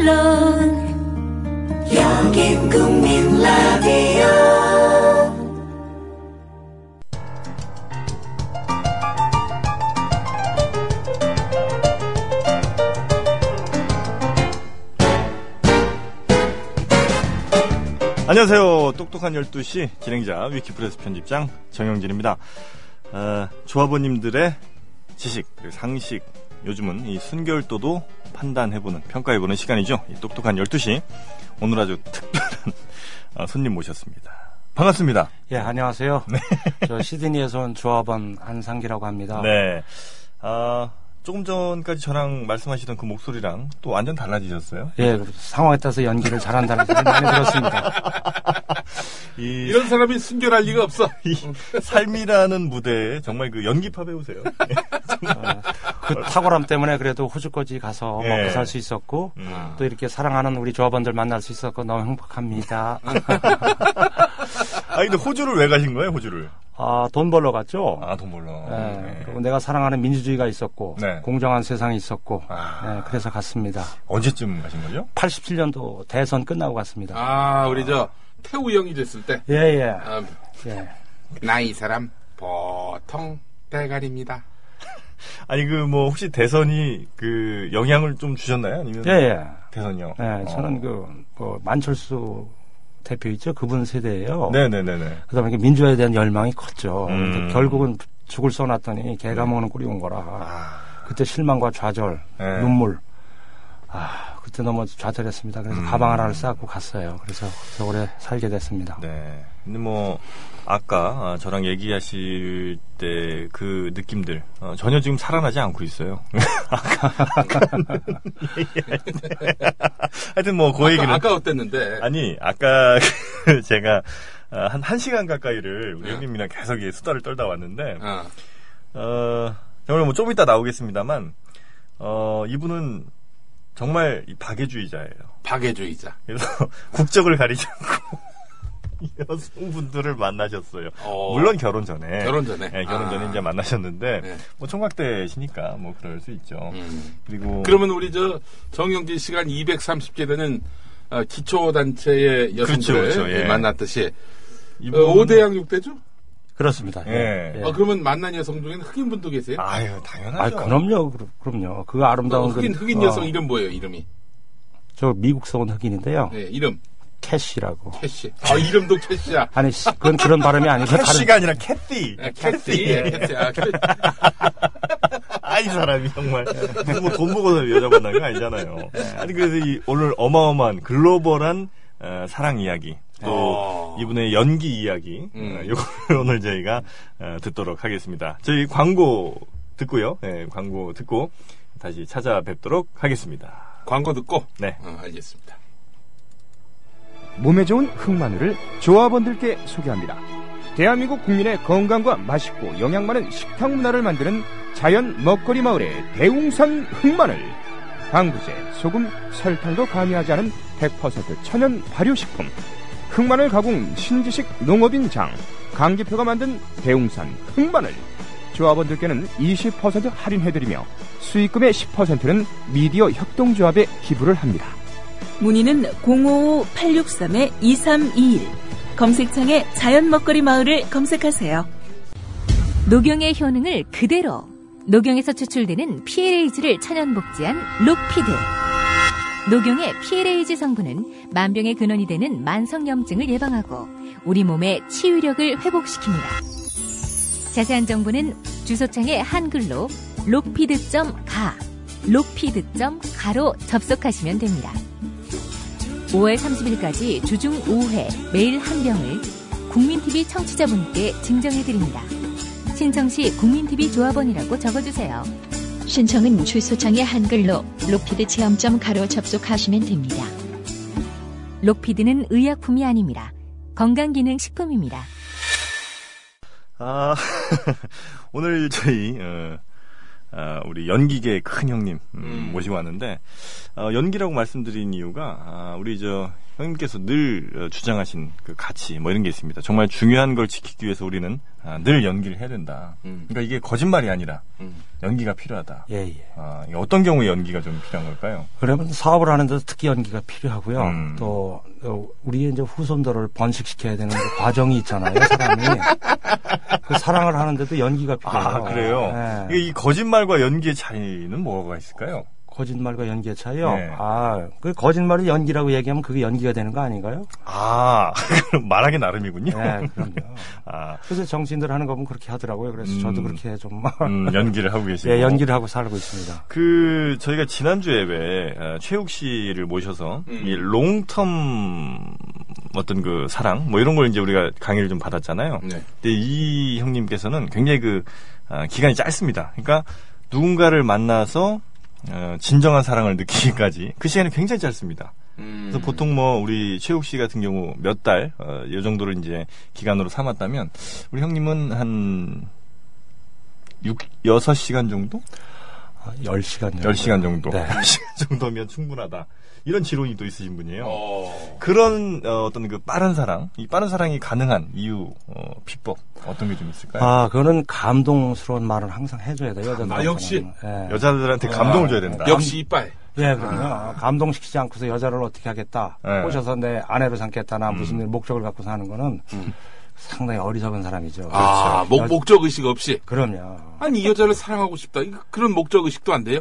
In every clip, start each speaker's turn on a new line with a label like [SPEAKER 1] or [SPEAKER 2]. [SPEAKER 1] 물론 여긴 국민 라디오
[SPEAKER 2] 안녕하세요. 똑똑한 12시 진행자 위키프레스 편집장 정영진입니다. 어, 조합원님들의 지식, 그리고 상식, 요즘은 이 순결도도 판단해보는, 평가해보는 시간이죠. 이 똑똑한 12시. 오늘 아주 특별한 어, 손님 모셨습니다. 반갑습니다.
[SPEAKER 3] 예, 안녕하세요.
[SPEAKER 2] 네.
[SPEAKER 3] 저 시드니에서 온 조합원 한상기라고 합니다.
[SPEAKER 2] 네. 아, 조금 전까지 저랑 말씀하시던 그 목소리랑 또 완전 달라지셨어요.
[SPEAKER 3] 예, 그 상황에 따라서 연기를 잘한다는 소리 많이 들었습니다.
[SPEAKER 2] 이
[SPEAKER 4] 이런 사람이 순결할 리가 없어.
[SPEAKER 2] 이 삶이라는 무대에 정말 그 연기파 배우세요.
[SPEAKER 3] 그 탁월함 때문에 그래도 호주까지 가서
[SPEAKER 2] 예.
[SPEAKER 3] 먹고 살 수 있었고,
[SPEAKER 2] 음.
[SPEAKER 3] 또 이렇게 사랑하는 우리 조합원들 만날 수 있었고, 너무 행복합니다.
[SPEAKER 2] 아 근데 호주를 왜 가신 거예요, 호주를?
[SPEAKER 3] 아, 돈 벌러 갔죠?
[SPEAKER 2] 아, 돈 벌러.
[SPEAKER 3] 예,
[SPEAKER 2] 네.
[SPEAKER 3] 그리고 내가 사랑하는 민주주의가 있었고,
[SPEAKER 2] 네.
[SPEAKER 3] 공정한 세상이 있었고,
[SPEAKER 2] 아.
[SPEAKER 3] 예, 그래서 갔습니다.
[SPEAKER 2] 언제쯤 가신 거죠?
[SPEAKER 3] 87년도 대선 끝나고 갔습니다.
[SPEAKER 4] 아, 우리 저 태우 형이 됐을 때.
[SPEAKER 3] 예, 예,
[SPEAKER 4] 아,
[SPEAKER 3] 예.
[SPEAKER 4] 나이 사람 보통 대가리입니다.
[SPEAKER 2] 아니 그 뭐 혹시 대선이 그 영향을 좀 주셨나요? 아니면
[SPEAKER 3] 예, 예.
[SPEAKER 2] 대선이요? 어.
[SPEAKER 3] 네, 저는 그, 뭐 만철수 대표 있죠? 그분 세대예요.
[SPEAKER 2] 네네네네.
[SPEAKER 3] 그다음에 민주화에 대한 열망이 컸죠.
[SPEAKER 2] 음.
[SPEAKER 3] 근데 결국은 죽을 써놨더니 개가 먹는 꼴이 온 거라.
[SPEAKER 2] 아,
[SPEAKER 3] 그때 실망과 좌절,
[SPEAKER 2] 네.
[SPEAKER 3] 눈물. 아, 그때 너무 좌절했습니다. 그래서 가방 하나를 싸고 갔어요. 그래서 서울에 살게 됐습니다.
[SPEAKER 2] 네. 근데 뭐 아까 아, 저랑 얘기하실 때 그 느낌들 어, 전혀 지금 살아나지 않고 있어요. 아까 아까 하여튼 뭐 그 얘기는
[SPEAKER 4] 아까, 아까 어땠는데?
[SPEAKER 2] 아니 아까 그 제가 아, 한 1시간 가까이를 우리
[SPEAKER 4] 네.
[SPEAKER 2] 형님이랑 계속 이 수다를 떨다 왔는데
[SPEAKER 4] 어.
[SPEAKER 2] 어, 정말 뭐 좀 이따 나오겠습니다만, 어, 이분은 정말 이 박애주의자예요.
[SPEAKER 4] 박애주의자.
[SPEAKER 2] 그래서 국적을 가리지 않고 여성분들을 만나셨어요.
[SPEAKER 4] 어.
[SPEAKER 2] 물론 결혼 전에.
[SPEAKER 4] 결혼 전에?
[SPEAKER 2] 예, 결혼 전에
[SPEAKER 4] 아.
[SPEAKER 2] 이제 만나셨는데,
[SPEAKER 4] 네.
[SPEAKER 2] 뭐 총각대시니까 뭐 그럴 수 있죠.
[SPEAKER 4] 음.
[SPEAKER 2] 그리고.
[SPEAKER 4] 그러면 우리 저 정영진 시간 230개 되는 어, 기초단체의 여성들을
[SPEAKER 2] 그렇죠, 그렇죠, 예.
[SPEAKER 4] 만났듯이
[SPEAKER 2] 이분-
[SPEAKER 4] 어, 5대양 6대죠?
[SPEAKER 3] 그렇습니다.
[SPEAKER 2] 예.
[SPEAKER 3] 예.
[SPEAKER 4] 어, 그러면 만난 여성 중에는 흑인분도 계세요?
[SPEAKER 2] 아유, 당연하죠.
[SPEAKER 3] 아, 그럼요, 그럼- 그럼요. 그 아름다운
[SPEAKER 4] 어, 흑인,
[SPEAKER 3] 그-
[SPEAKER 4] 흑인
[SPEAKER 3] 어,
[SPEAKER 4] 여성 이름 뭐예요, 이름이?
[SPEAKER 3] 저 미국서 온 흑인인데요.
[SPEAKER 4] 네, 이름.
[SPEAKER 3] 캐시라고.
[SPEAKER 4] 캐시. 아, 이름도 캐시야.
[SPEAKER 3] 아니, 씨, 그건 그런 발음이 아니고 다른
[SPEAKER 2] 캐시가 아니라 캐티.
[SPEAKER 4] 아, 캐시. 예, 캐시. 아, 캐시.
[SPEAKER 2] 아, 이 사람이 정말. 네. 뭐돈 보고서 여자 만난 거 아니잖아요. 아니, 그래서 이 오늘 어마어마한 글로벌한 어, 사랑 이야기, 또
[SPEAKER 4] 어.
[SPEAKER 2] 이분의 연기 이야기,
[SPEAKER 4] 음.
[SPEAKER 2] 어, 요걸 오늘 저희가 어, 듣도록 하겠습니다. 저희 광고 듣고요. 네, 광고 듣고 다시 찾아뵙도록 하겠습니다.
[SPEAKER 4] 광고 듣고.
[SPEAKER 2] 네.
[SPEAKER 4] 어, 알겠습니다.
[SPEAKER 5] 몸에 좋은 흑마늘을 조합원들께 소개합니다. 대한민국 국민의 건강과 맛있고 영양 많은 식탁 문화를 만드는 자연 먹거리 마을의 대웅산 흑마늘. 방부제, 소금, 설탕도 가미하지 않은 100% 천연 발효식품. 흑마늘 가공 신지식 농업인 장. 강기표가 만든 대웅산 흑마늘. 조합원들께는 20% 할인해드리며 수익금의 10%는 미디어 협동조합에 기부를 합니다.
[SPEAKER 6] 문의는 055-863-2321 검색창에 자연 먹거리 마을을 검색하세요.
[SPEAKER 7] 녹용의 효능을 그대로 녹용에서 추출되는 PLAG를 천연 복제한 록피드 녹용의 PLAG 성분은 만병의 근원이 되는 만성염증을 예방하고 우리 몸의 치유력을 회복시킵니다. 자세한 정보는 주소창에 한글로 록피드.가 록피드.가로 접속하시면 됩니다. 5월 30일까지 주중 5회 매일 한 병을 국민TV 청취자분께 증정해드립니다. 신청 시 국민TV 조합원이라고 적어주세요.
[SPEAKER 8] 신청은 주소창에 한글로 로피드 체험점 가로 접속하시면 됩니다.
[SPEAKER 7] 록피드는 의약품이 아닙니다. 건강기능식품입니다.
[SPEAKER 2] 아, 오늘 저희, 어, 아, 우리 연기계의 큰 형님 음,
[SPEAKER 4] 음.
[SPEAKER 2] 모시고 왔는데, 어, 연기라고 말씀드린 이유가, 아, 우리 저, 형님께서 늘 어, 주장하신 그 가치, 뭐 이런 게 있습니다. 정말 중요한 걸 지키기 위해서 우리는 아, 늘 연기를 해야 된다.
[SPEAKER 4] 음.
[SPEAKER 2] 그러니까 이게 거짓말이 아니라
[SPEAKER 4] 음.
[SPEAKER 2] 연기가 필요하다.
[SPEAKER 3] 예, 예.
[SPEAKER 2] 아, 이게 어떤 경우에 연기가 좀 필요한 걸까요?
[SPEAKER 3] 그러면 사업을 하는데 특히 연기가 필요하고요.
[SPEAKER 2] 음.
[SPEAKER 3] 또 어, 우리의 이제 후손들을 번식시켜야 되는 그 과정이 있잖아요. 사람이 그 사랑을 하는데도 연기가 필요해요.
[SPEAKER 2] 아, 그래요?
[SPEAKER 3] 예.
[SPEAKER 2] 이게 이 거짓말과 연기의 차이는 뭐가 있을까요?
[SPEAKER 3] 거짓말과 연기의 차이요.
[SPEAKER 2] 네.
[SPEAKER 3] 아, 그 거짓말을 연기라고 얘기하면 그게 연기가 되는 거 아닌가요?
[SPEAKER 2] 아, 그럼 말하기 나름이군요.
[SPEAKER 3] 네, 그럼요.
[SPEAKER 2] 아,
[SPEAKER 3] 그래서 정치인들 하는 거 보면 그렇게 하더라고요. 그래서 저도
[SPEAKER 2] 음.
[SPEAKER 3] 그렇게 좀
[SPEAKER 2] 음, 연기를 하고 계시고.
[SPEAKER 3] 예, 연기를 하고 살고 있습니다.
[SPEAKER 2] 그 저희가 지난주에 왜 어, 최욱 씨를 모셔서
[SPEAKER 4] 음.
[SPEAKER 2] 이 롱텀 어떤 그 사랑 뭐 이런 걸 이제 우리가 강의를 좀 받았잖아요.
[SPEAKER 4] 네.
[SPEAKER 2] 근데 이 형님께서는 굉장히 그 어, 기간이 짧습니다. 그러니까 누군가를 만나서 어, 진정한 사랑을 느끼기까지 그 시간이 굉장히 짧습니다.
[SPEAKER 4] 음.
[SPEAKER 2] 그래서 보통 뭐 우리 최욱 씨 같은 경우 몇 달, 어, 이 정도를 이제 기간으로 삼았다면 우리 형님은 한 6, 6시간 정도?
[SPEAKER 3] 아, 10시간요.
[SPEAKER 2] 10시간 정도.
[SPEAKER 3] 네.
[SPEAKER 2] 10시간 정도면 충분하다. 이런 지론이 또 있으신 분이에요.
[SPEAKER 4] 어.
[SPEAKER 2] 그런 어, 어떤 그 빠른 사랑, 이 빠른 사랑이 가능한 이유, 어, 비법 어떤 게 좀 있을까요?
[SPEAKER 3] 아, 그거는 감동스러운 말은 항상 해줘야 돼요. 여자들한테는.
[SPEAKER 4] 아, 역시.
[SPEAKER 3] 예.
[SPEAKER 2] 여자들한테 감동을 줘야 된다.
[SPEAKER 4] 역시 이빨.
[SPEAKER 3] 예, 그럼요. 감동시키지 않고서 여자를 어떻게 하겠다.
[SPEAKER 4] 네.
[SPEAKER 2] 예.
[SPEAKER 3] 꼬셔서 내 아내로 삼겠다나
[SPEAKER 4] 음.
[SPEAKER 3] 무슨 일 목적을 갖고 사는 거는 상당히 어리석은 사람이죠.
[SPEAKER 4] 아, 목,
[SPEAKER 3] 여-
[SPEAKER 4] 목적 의식 없이.
[SPEAKER 3] 그럼요.
[SPEAKER 4] 아니, 이 여자를 사랑하고 싶다. 이거- 그런 목적 의식도 안 돼요?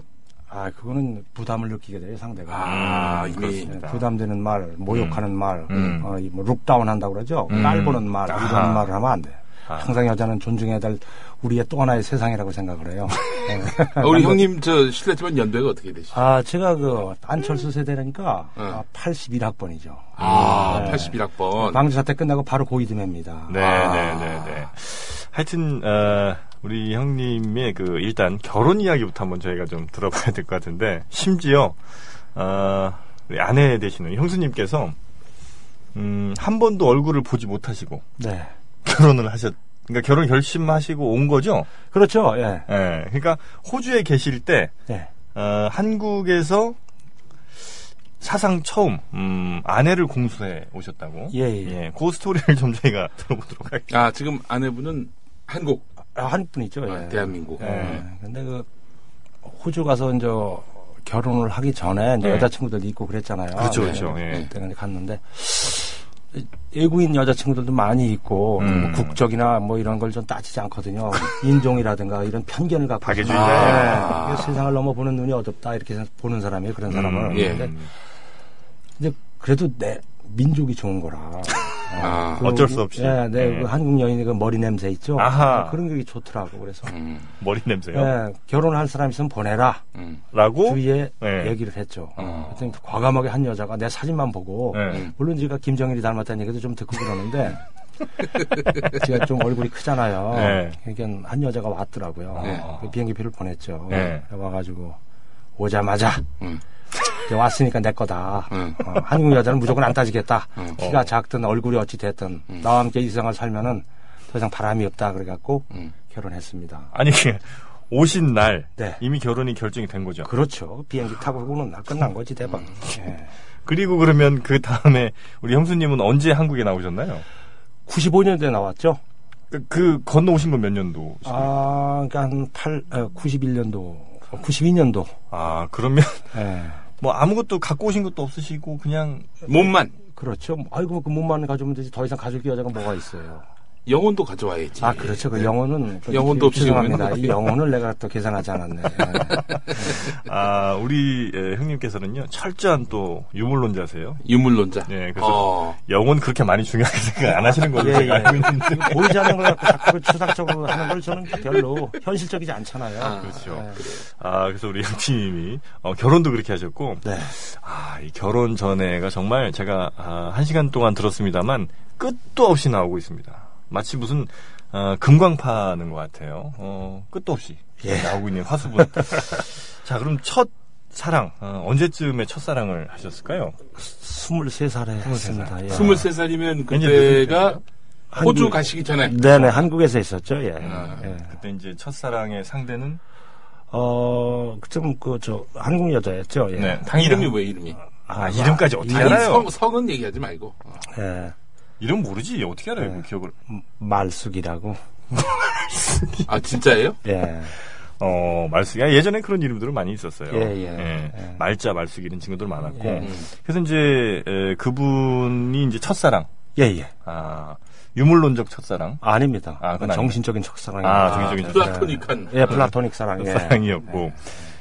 [SPEAKER 3] 아, 그거는 부담을 느끼게 돼요, 상대가.
[SPEAKER 4] 아, 이미.
[SPEAKER 3] 예, 부담되는 말, 모욕하는 말,
[SPEAKER 2] 음.
[SPEAKER 3] 어, 이뭐 룩다운 한다고 그러죠.
[SPEAKER 2] 음.
[SPEAKER 3] 깔보는 말,
[SPEAKER 2] 아하.
[SPEAKER 3] 이런 말을 하면 안 돼요.
[SPEAKER 2] 아.
[SPEAKER 3] 항상 여자는 존중해야 될 우리의 또 하나의 세상이라고 생각을 해요. 예.
[SPEAKER 4] 아, 우리 형님, 저, 실례지만 연배가 어떻게 되시죠?
[SPEAKER 3] 아, 제가 그 안철수 세대라니까
[SPEAKER 4] 네.
[SPEAKER 3] 아, 81학번이죠.
[SPEAKER 4] 아,
[SPEAKER 3] 네.
[SPEAKER 4] 81학번.
[SPEAKER 3] 방주 사태 끝나고 바로 고이듬입니다.
[SPEAKER 2] 네,
[SPEAKER 4] 아.
[SPEAKER 2] 네, 네, 네. 하여튼 어, 우리 형님의 그 일단 결혼 이야기부터 한번 저희가 좀 들어봐야 될 것 같은데 심지어 어, 우리 아내 되시는 형수님께서 음, 한 번도 얼굴을 보지 못하시고
[SPEAKER 3] 네.
[SPEAKER 2] 결혼을 하셨. 그러니까 결혼 결심하시고 온 거죠.
[SPEAKER 3] 그렇죠. 예.
[SPEAKER 2] 예. 그러니까 호주에 계실 때
[SPEAKER 3] 예.
[SPEAKER 2] 어, 한국에서 사상 처음 음, 아내를 공수해 오셨다고.
[SPEAKER 3] 예, 예.
[SPEAKER 2] 그 스토리를 좀 저희가 들어보도록 할게요.
[SPEAKER 4] 아, 지금 아내분은 한국,
[SPEAKER 3] 아, 한 분이죠.
[SPEAKER 4] 아,
[SPEAKER 3] 예.
[SPEAKER 4] 대한민국.
[SPEAKER 3] 예.
[SPEAKER 4] 네.
[SPEAKER 3] 근데 그 호주 가서 이제 결혼을 하기 전에 이제
[SPEAKER 2] 예.
[SPEAKER 3] 여자친구들도 있고 그랬잖아요.
[SPEAKER 2] 그렇죠,
[SPEAKER 3] 예.
[SPEAKER 2] 그렇죠. 예.
[SPEAKER 3] 그때 근데 갔는데 외국인 여자친구들도 많이 있고
[SPEAKER 2] 음.
[SPEAKER 3] 뭐 국적이나 뭐 이런 걸 좀 따지지 않거든요. 인종이라든가 이런 편견을 갖고
[SPEAKER 2] 박해주의자. 아.
[SPEAKER 3] 있어요. 예. 이게 세상을 넘어 보는 눈이 어둡다 이렇게 생각- 보는 사람이에요. 그런 사람을.
[SPEAKER 2] 음,
[SPEAKER 4] 예.
[SPEAKER 3] 근데 이제 그래도 내 민족이 좋은 거라.
[SPEAKER 4] 아,
[SPEAKER 3] 그
[SPEAKER 2] 어쩔 수 없이.
[SPEAKER 3] 예, 네,
[SPEAKER 2] 예.
[SPEAKER 3] 그 한국 여인의 그 머리 냄새 있죠. 네,
[SPEAKER 2] 아하. 아,
[SPEAKER 3] 그런 게 좋더라고. 그래서
[SPEAKER 4] 음,
[SPEAKER 2] 머리 냄새요.
[SPEAKER 3] 예, 결혼할 사람 있으면 보내라.
[SPEAKER 4] 음.
[SPEAKER 2] 라고.
[SPEAKER 3] 주위에
[SPEAKER 2] 예.
[SPEAKER 3] 얘기를 했죠.
[SPEAKER 4] 어.
[SPEAKER 3] 그랬더니 과감하게 한 여자가 내 사진만 보고
[SPEAKER 2] 예.
[SPEAKER 3] 물론 제가 김정일이 닮았다는 얘기도 좀 듣고 그러는데 제가 좀 얼굴이 크잖아요.
[SPEAKER 2] 예.
[SPEAKER 4] 네.
[SPEAKER 3] 그러니까 한 여자가 왔더라고요.
[SPEAKER 4] 예.
[SPEAKER 3] 그 비행기표를 보냈죠.
[SPEAKER 2] 예.
[SPEAKER 3] 와가지고 오자마자
[SPEAKER 4] 네. 음.
[SPEAKER 3] 이제 왔으니까 내 거다.
[SPEAKER 4] 음.
[SPEAKER 3] 어, 한국 여자는 무조건 안 따지겠다.
[SPEAKER 4] 음.
[SPEAKER 3] 키가 작든 얼굴이 어찌 됐든 나와 함께 이 세상을 살면은 더 이상 바람이 없다 그래갖고
[SPEAKER 4] 음.
[SPEAKER 3] 결혼했습니다.
[SPEAKER 2] 아니 오신 날
[SPEAKER 3] 네.
[SPEAKER 2] 이미 결혼이 결정이 된 거죠.
[SPEAKER 3] 그렇죠. 비행기 타고 오는 날 끝난 거지 대박.
[SPEAKER 4] 음.
[SPEAKER 3] 예.
[SPEAKER 2] 그리고 그러면 그 다음에 우리 형수님은 언제 한국에 나오셨나요?
[SPEAKER 3] 95년도에 나왔죠.
[SPEAKER 2] 그, 그 건너오신 건 몇 년도?
[SPEAKER 3] 아, 그러니까 한 8, 91년도, 92년도.
[SPEAKER 2] 아 그러면
[SPEAKER 3] 예.
[SPEAKER 2] 뭐 아무것도 갖고 오신 것도 없으시고 그냥
[SPEAKER 4] 몸만,
[SPEAKER 3] 그렇죠. 아이고, 그 몸만 가져오면 되지. 더 이상 가질 게 여자가 뭐가 있어요.
[SPEAKER 4] 영혼도 가져와야지.
[SPEAKER 3] 아, 그렇죠. 그 영혼은. 그
[SPEAKER 4] 영혼도 없이
[SPEAKER 3] 죄송합니다.
[SPEAKER 4] 오면.
[SPEAKER 3] 이 영혼을 내가 또 계산하지 않았네. 예.
[SPEAKER 2] 아 우리 예, 형님께서는요 철저한 또 유물론자세요.
[SPEAKER 4] 유물론자.
[SPEAKER 2] 예, 그래서-
[SPEAKER 4] 어,
[SPEAKER 2] 영혼 그렇게 많이 중요하게 생각 안 하시는 걸로
[SPEAKER 3] 예,
[SPEAKER 2] 제가
[SPEAKER 3] 예.
[SPEAKER 2] 알고 있는데.
[SPEAKER 3] 그 보이지 않는 걸 갖고 자꾸 추상적으로 하는 걸 저는 별로 현실적이지 않잖아요.
[SPEAKER 4] 아,
[SPEAKER 2] 그렇죠.
[SPEAKER 3] 예.
[SPEAKER 2] 아 그래서 우리 형님이 어, 결혼도 그렇게 하셨고
[SPEAKER 3] 네.
[SPEAKER 2] 아, 이 결혼 전에가 정말 제가 아, 한 시간 동안 들었습니다만 끝도 없이 나오고 있습니다. 마치 무슨 아, 금광 파는 것 같아요. 어, 끝도 없이
[SPEAKER 3] 예.
[SPEAKER 2] 나오고 있는 화수분. 자, 그럼 첫 사랑 어, 언제쯤에 첫 사랑을 하셨을까요?
[SPEAKER 3] 23살에 했습니다. 예.
[SPEAKER 4] 23살이면
[SPEAKER 2] 몇
[SPEAKER 4] 그때가 호주 가시기 전에.
[SPEAKER 3] 네네, 한국에서 했었죠. 예.
[SPEAKER 4] 아,
[SPEAKER 3] 예.
[SPEAKER 2] 그때 이제 첫 사랑의 상대는
[SPEAKER 3] 어, 좀, 그, 저, 한국 여자였죠. 예.
[SPEAKER 2] 네,
[SPEAKER 4] 이름이 왜 이름이?
[SPEAKER 2] 아, 이름까지 어떻게
[SPEAKER 4] 아니,
[SPEAKER 2] 알아요?
[SPEAKER 4] 성, 성은 얘기하지 말고. 어.
[SPEAKER 3] 예. 음,
[SPEAKER 2] 이름 모르지? 어떻게 알아요? 그 기억을.
[SPEAKER 3] 말숙이라고.
[SPEAKER 4] 아, 진짜예요?
[SPEAKER 3] 예.
[SPEAKER 2] 어, 말숙이. 아, 예전에 그런 이름들은 많이 있었어요.
[SPEAKER 3] 예, 예. 예.
[SPEAKER 2] 말자, 말숙이 이런 친구들 많았고.
[SPEAKER 3] 예.
[SPEAKER 2] 그래서 이제, 에, 그분이 이제 첫사랑.
[SPEAKER 3] 예, 예.
[SPEAKER 2] 아, 유물론적 첫사랑.
[SPEAKER 3] 아닙니다.
[SPEAKER 2] 아, 그건
[SPEAKER 3] 그건 정신적인 첫사랑이
[SPEAKER 2] 아,
[SPEAKER 3] 아,
[SPEAKER 2] 정신적인 첫사랑.
[SPEAKER 4] 플라토닉한.
[SPEAKER 3] 예, 플라토닉 사랑. 예.
[SPEAKER 2] 사랑이었고.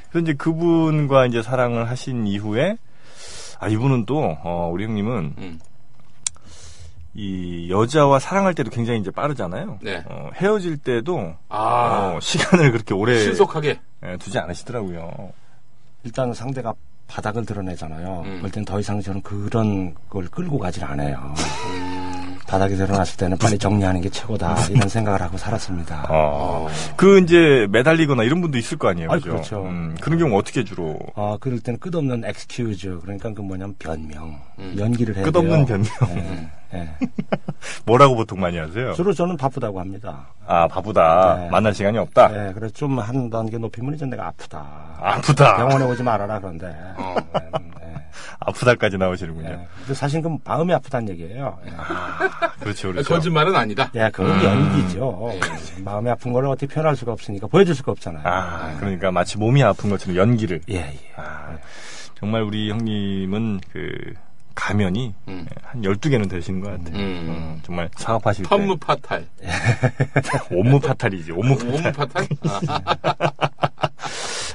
[SPEAKER 2] 그래서 이제 그분과 이제 사랑을 하신 이후에, 아, 이분은 또, 어, 우리 형님은
[SPEAKER 4] 음.
[SPEAKER 2] 이 여자와 사랑할 때도 굉장히 이제 빠르잖아요.
[SPEAKER 4] 네.
[SPEAKER 2] 어, 헤어질 때도,
[SPEAKER 4] 아,
[SPEAKER 2] 어, 시간을 그렇게 오래
[SPEAKER 4] 네. 신속하게.
[SPEAKER 2] 예, 두지 않으시더라고요.
[SPEAKER 3] 일단 상대가 바닥을 드러내잖아요.
[SPEAKER 4] 음.
[SPEAKER 3] 그럴 땐 더 이상 저는 그런 걸 끌고 가질 않아요.
[SPEAKER 2] 음.
[SPEAKER 3] 바닥이 드러났을 때는 빨리 정리하는 게 최고다. 이런 생각을 하고 살았습니다.
[SPEAKER 2] 어. 그 이제 매달리거나 이런 분도 있을 거 아니에요.
[SPEAKER 3] 아,
[SPEAKER 2] 그죠?
[SPEAKER 3] 그렇죠.
[SPEAKER 2] 음, 그런 경우 어떻게 주로
[SPEAKER 3] 아, 그럴 때는 끝없는 excuse. 그러니까 그 뭐냐면 변명. 연기를 해요.
[SPEAKER 2] 음.
[SPEAKER 3] 예,
[SPEAKER 2] 끝없는 변명 뭐라고 보통 많이 하세요?
[SPEAKER 3] 주로 저는 바쁘다고 합니다.
[SPEAKER 2] 아 바쁘다
[SPEAKER 3] 네.
[SPEAKER 2] 만날 시간이 없다
[SPEAKER 3] 예, 그래서 좀 한 단계 높이면 이제 내가 아프다.
[SPEAKER 2] 아프다 어.
[SPEAKER 3] 병원에 오지 말아라 그런데. 음, 예.
[SPEAKER 2] 아프다까지 나오시는군요.
[SPEAKER 3] 예. 근데 사실 그건 마음이 아프다는 얘기예요. 예.
[SPEAKER 2] 그렇죠 그렇죠.
[SPEAKER 4] 거짓말은 아니다.
[SPEAKER 3] 예, 그건 연기죠. 마음이 아픈 걸 어떻게 표현할 수가 없으니까 보여줄 수가 없잖아요.
[SPEAKER 2] 아 그러니까 마치 몸이 아픈 것처럼 연기를 아,
[SPEAKER 3] 예, 예.
[SPEAKER 2] 정말 우리 형님은 그 가면이
[SPEAKER 4] 음.
[SPEAKER 2] 예, 한 12개는 되시는 것 같아요.
[SPEAKER 4] 음.
[SPEAKER 2] 음, 정말 사업하실 때
[SPEAKER 4] 펌무 파탈.
[SPEAKER 2] 온무 파탈이지 온무 파탈.
[SPEAKER 4] 오무 파탈? 아,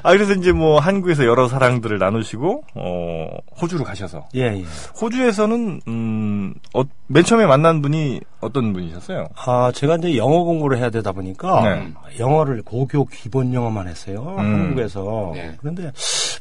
[SPEAKER 2] 아 그래서 이제 뭐 한국에서 여러 사랑들을 나누시고 어 호주로 가셔서
[SPEAKER 3] 예, 예.
[SPEAKER 2] 호주에서는 음, 어, 맨 처음에 만난 분이 어떤 분이셨어요?
[SPEAKER 3] 아, 제가 이제 영어 공부를 해야 되다 보니까
[SPEAKER 2] 네.
[SPEAKER 3] 영어를 고교 기본 영어만 했어요. 한국에서.
[SPEAKER 4] 네.
[SPEAKER 3] 그런데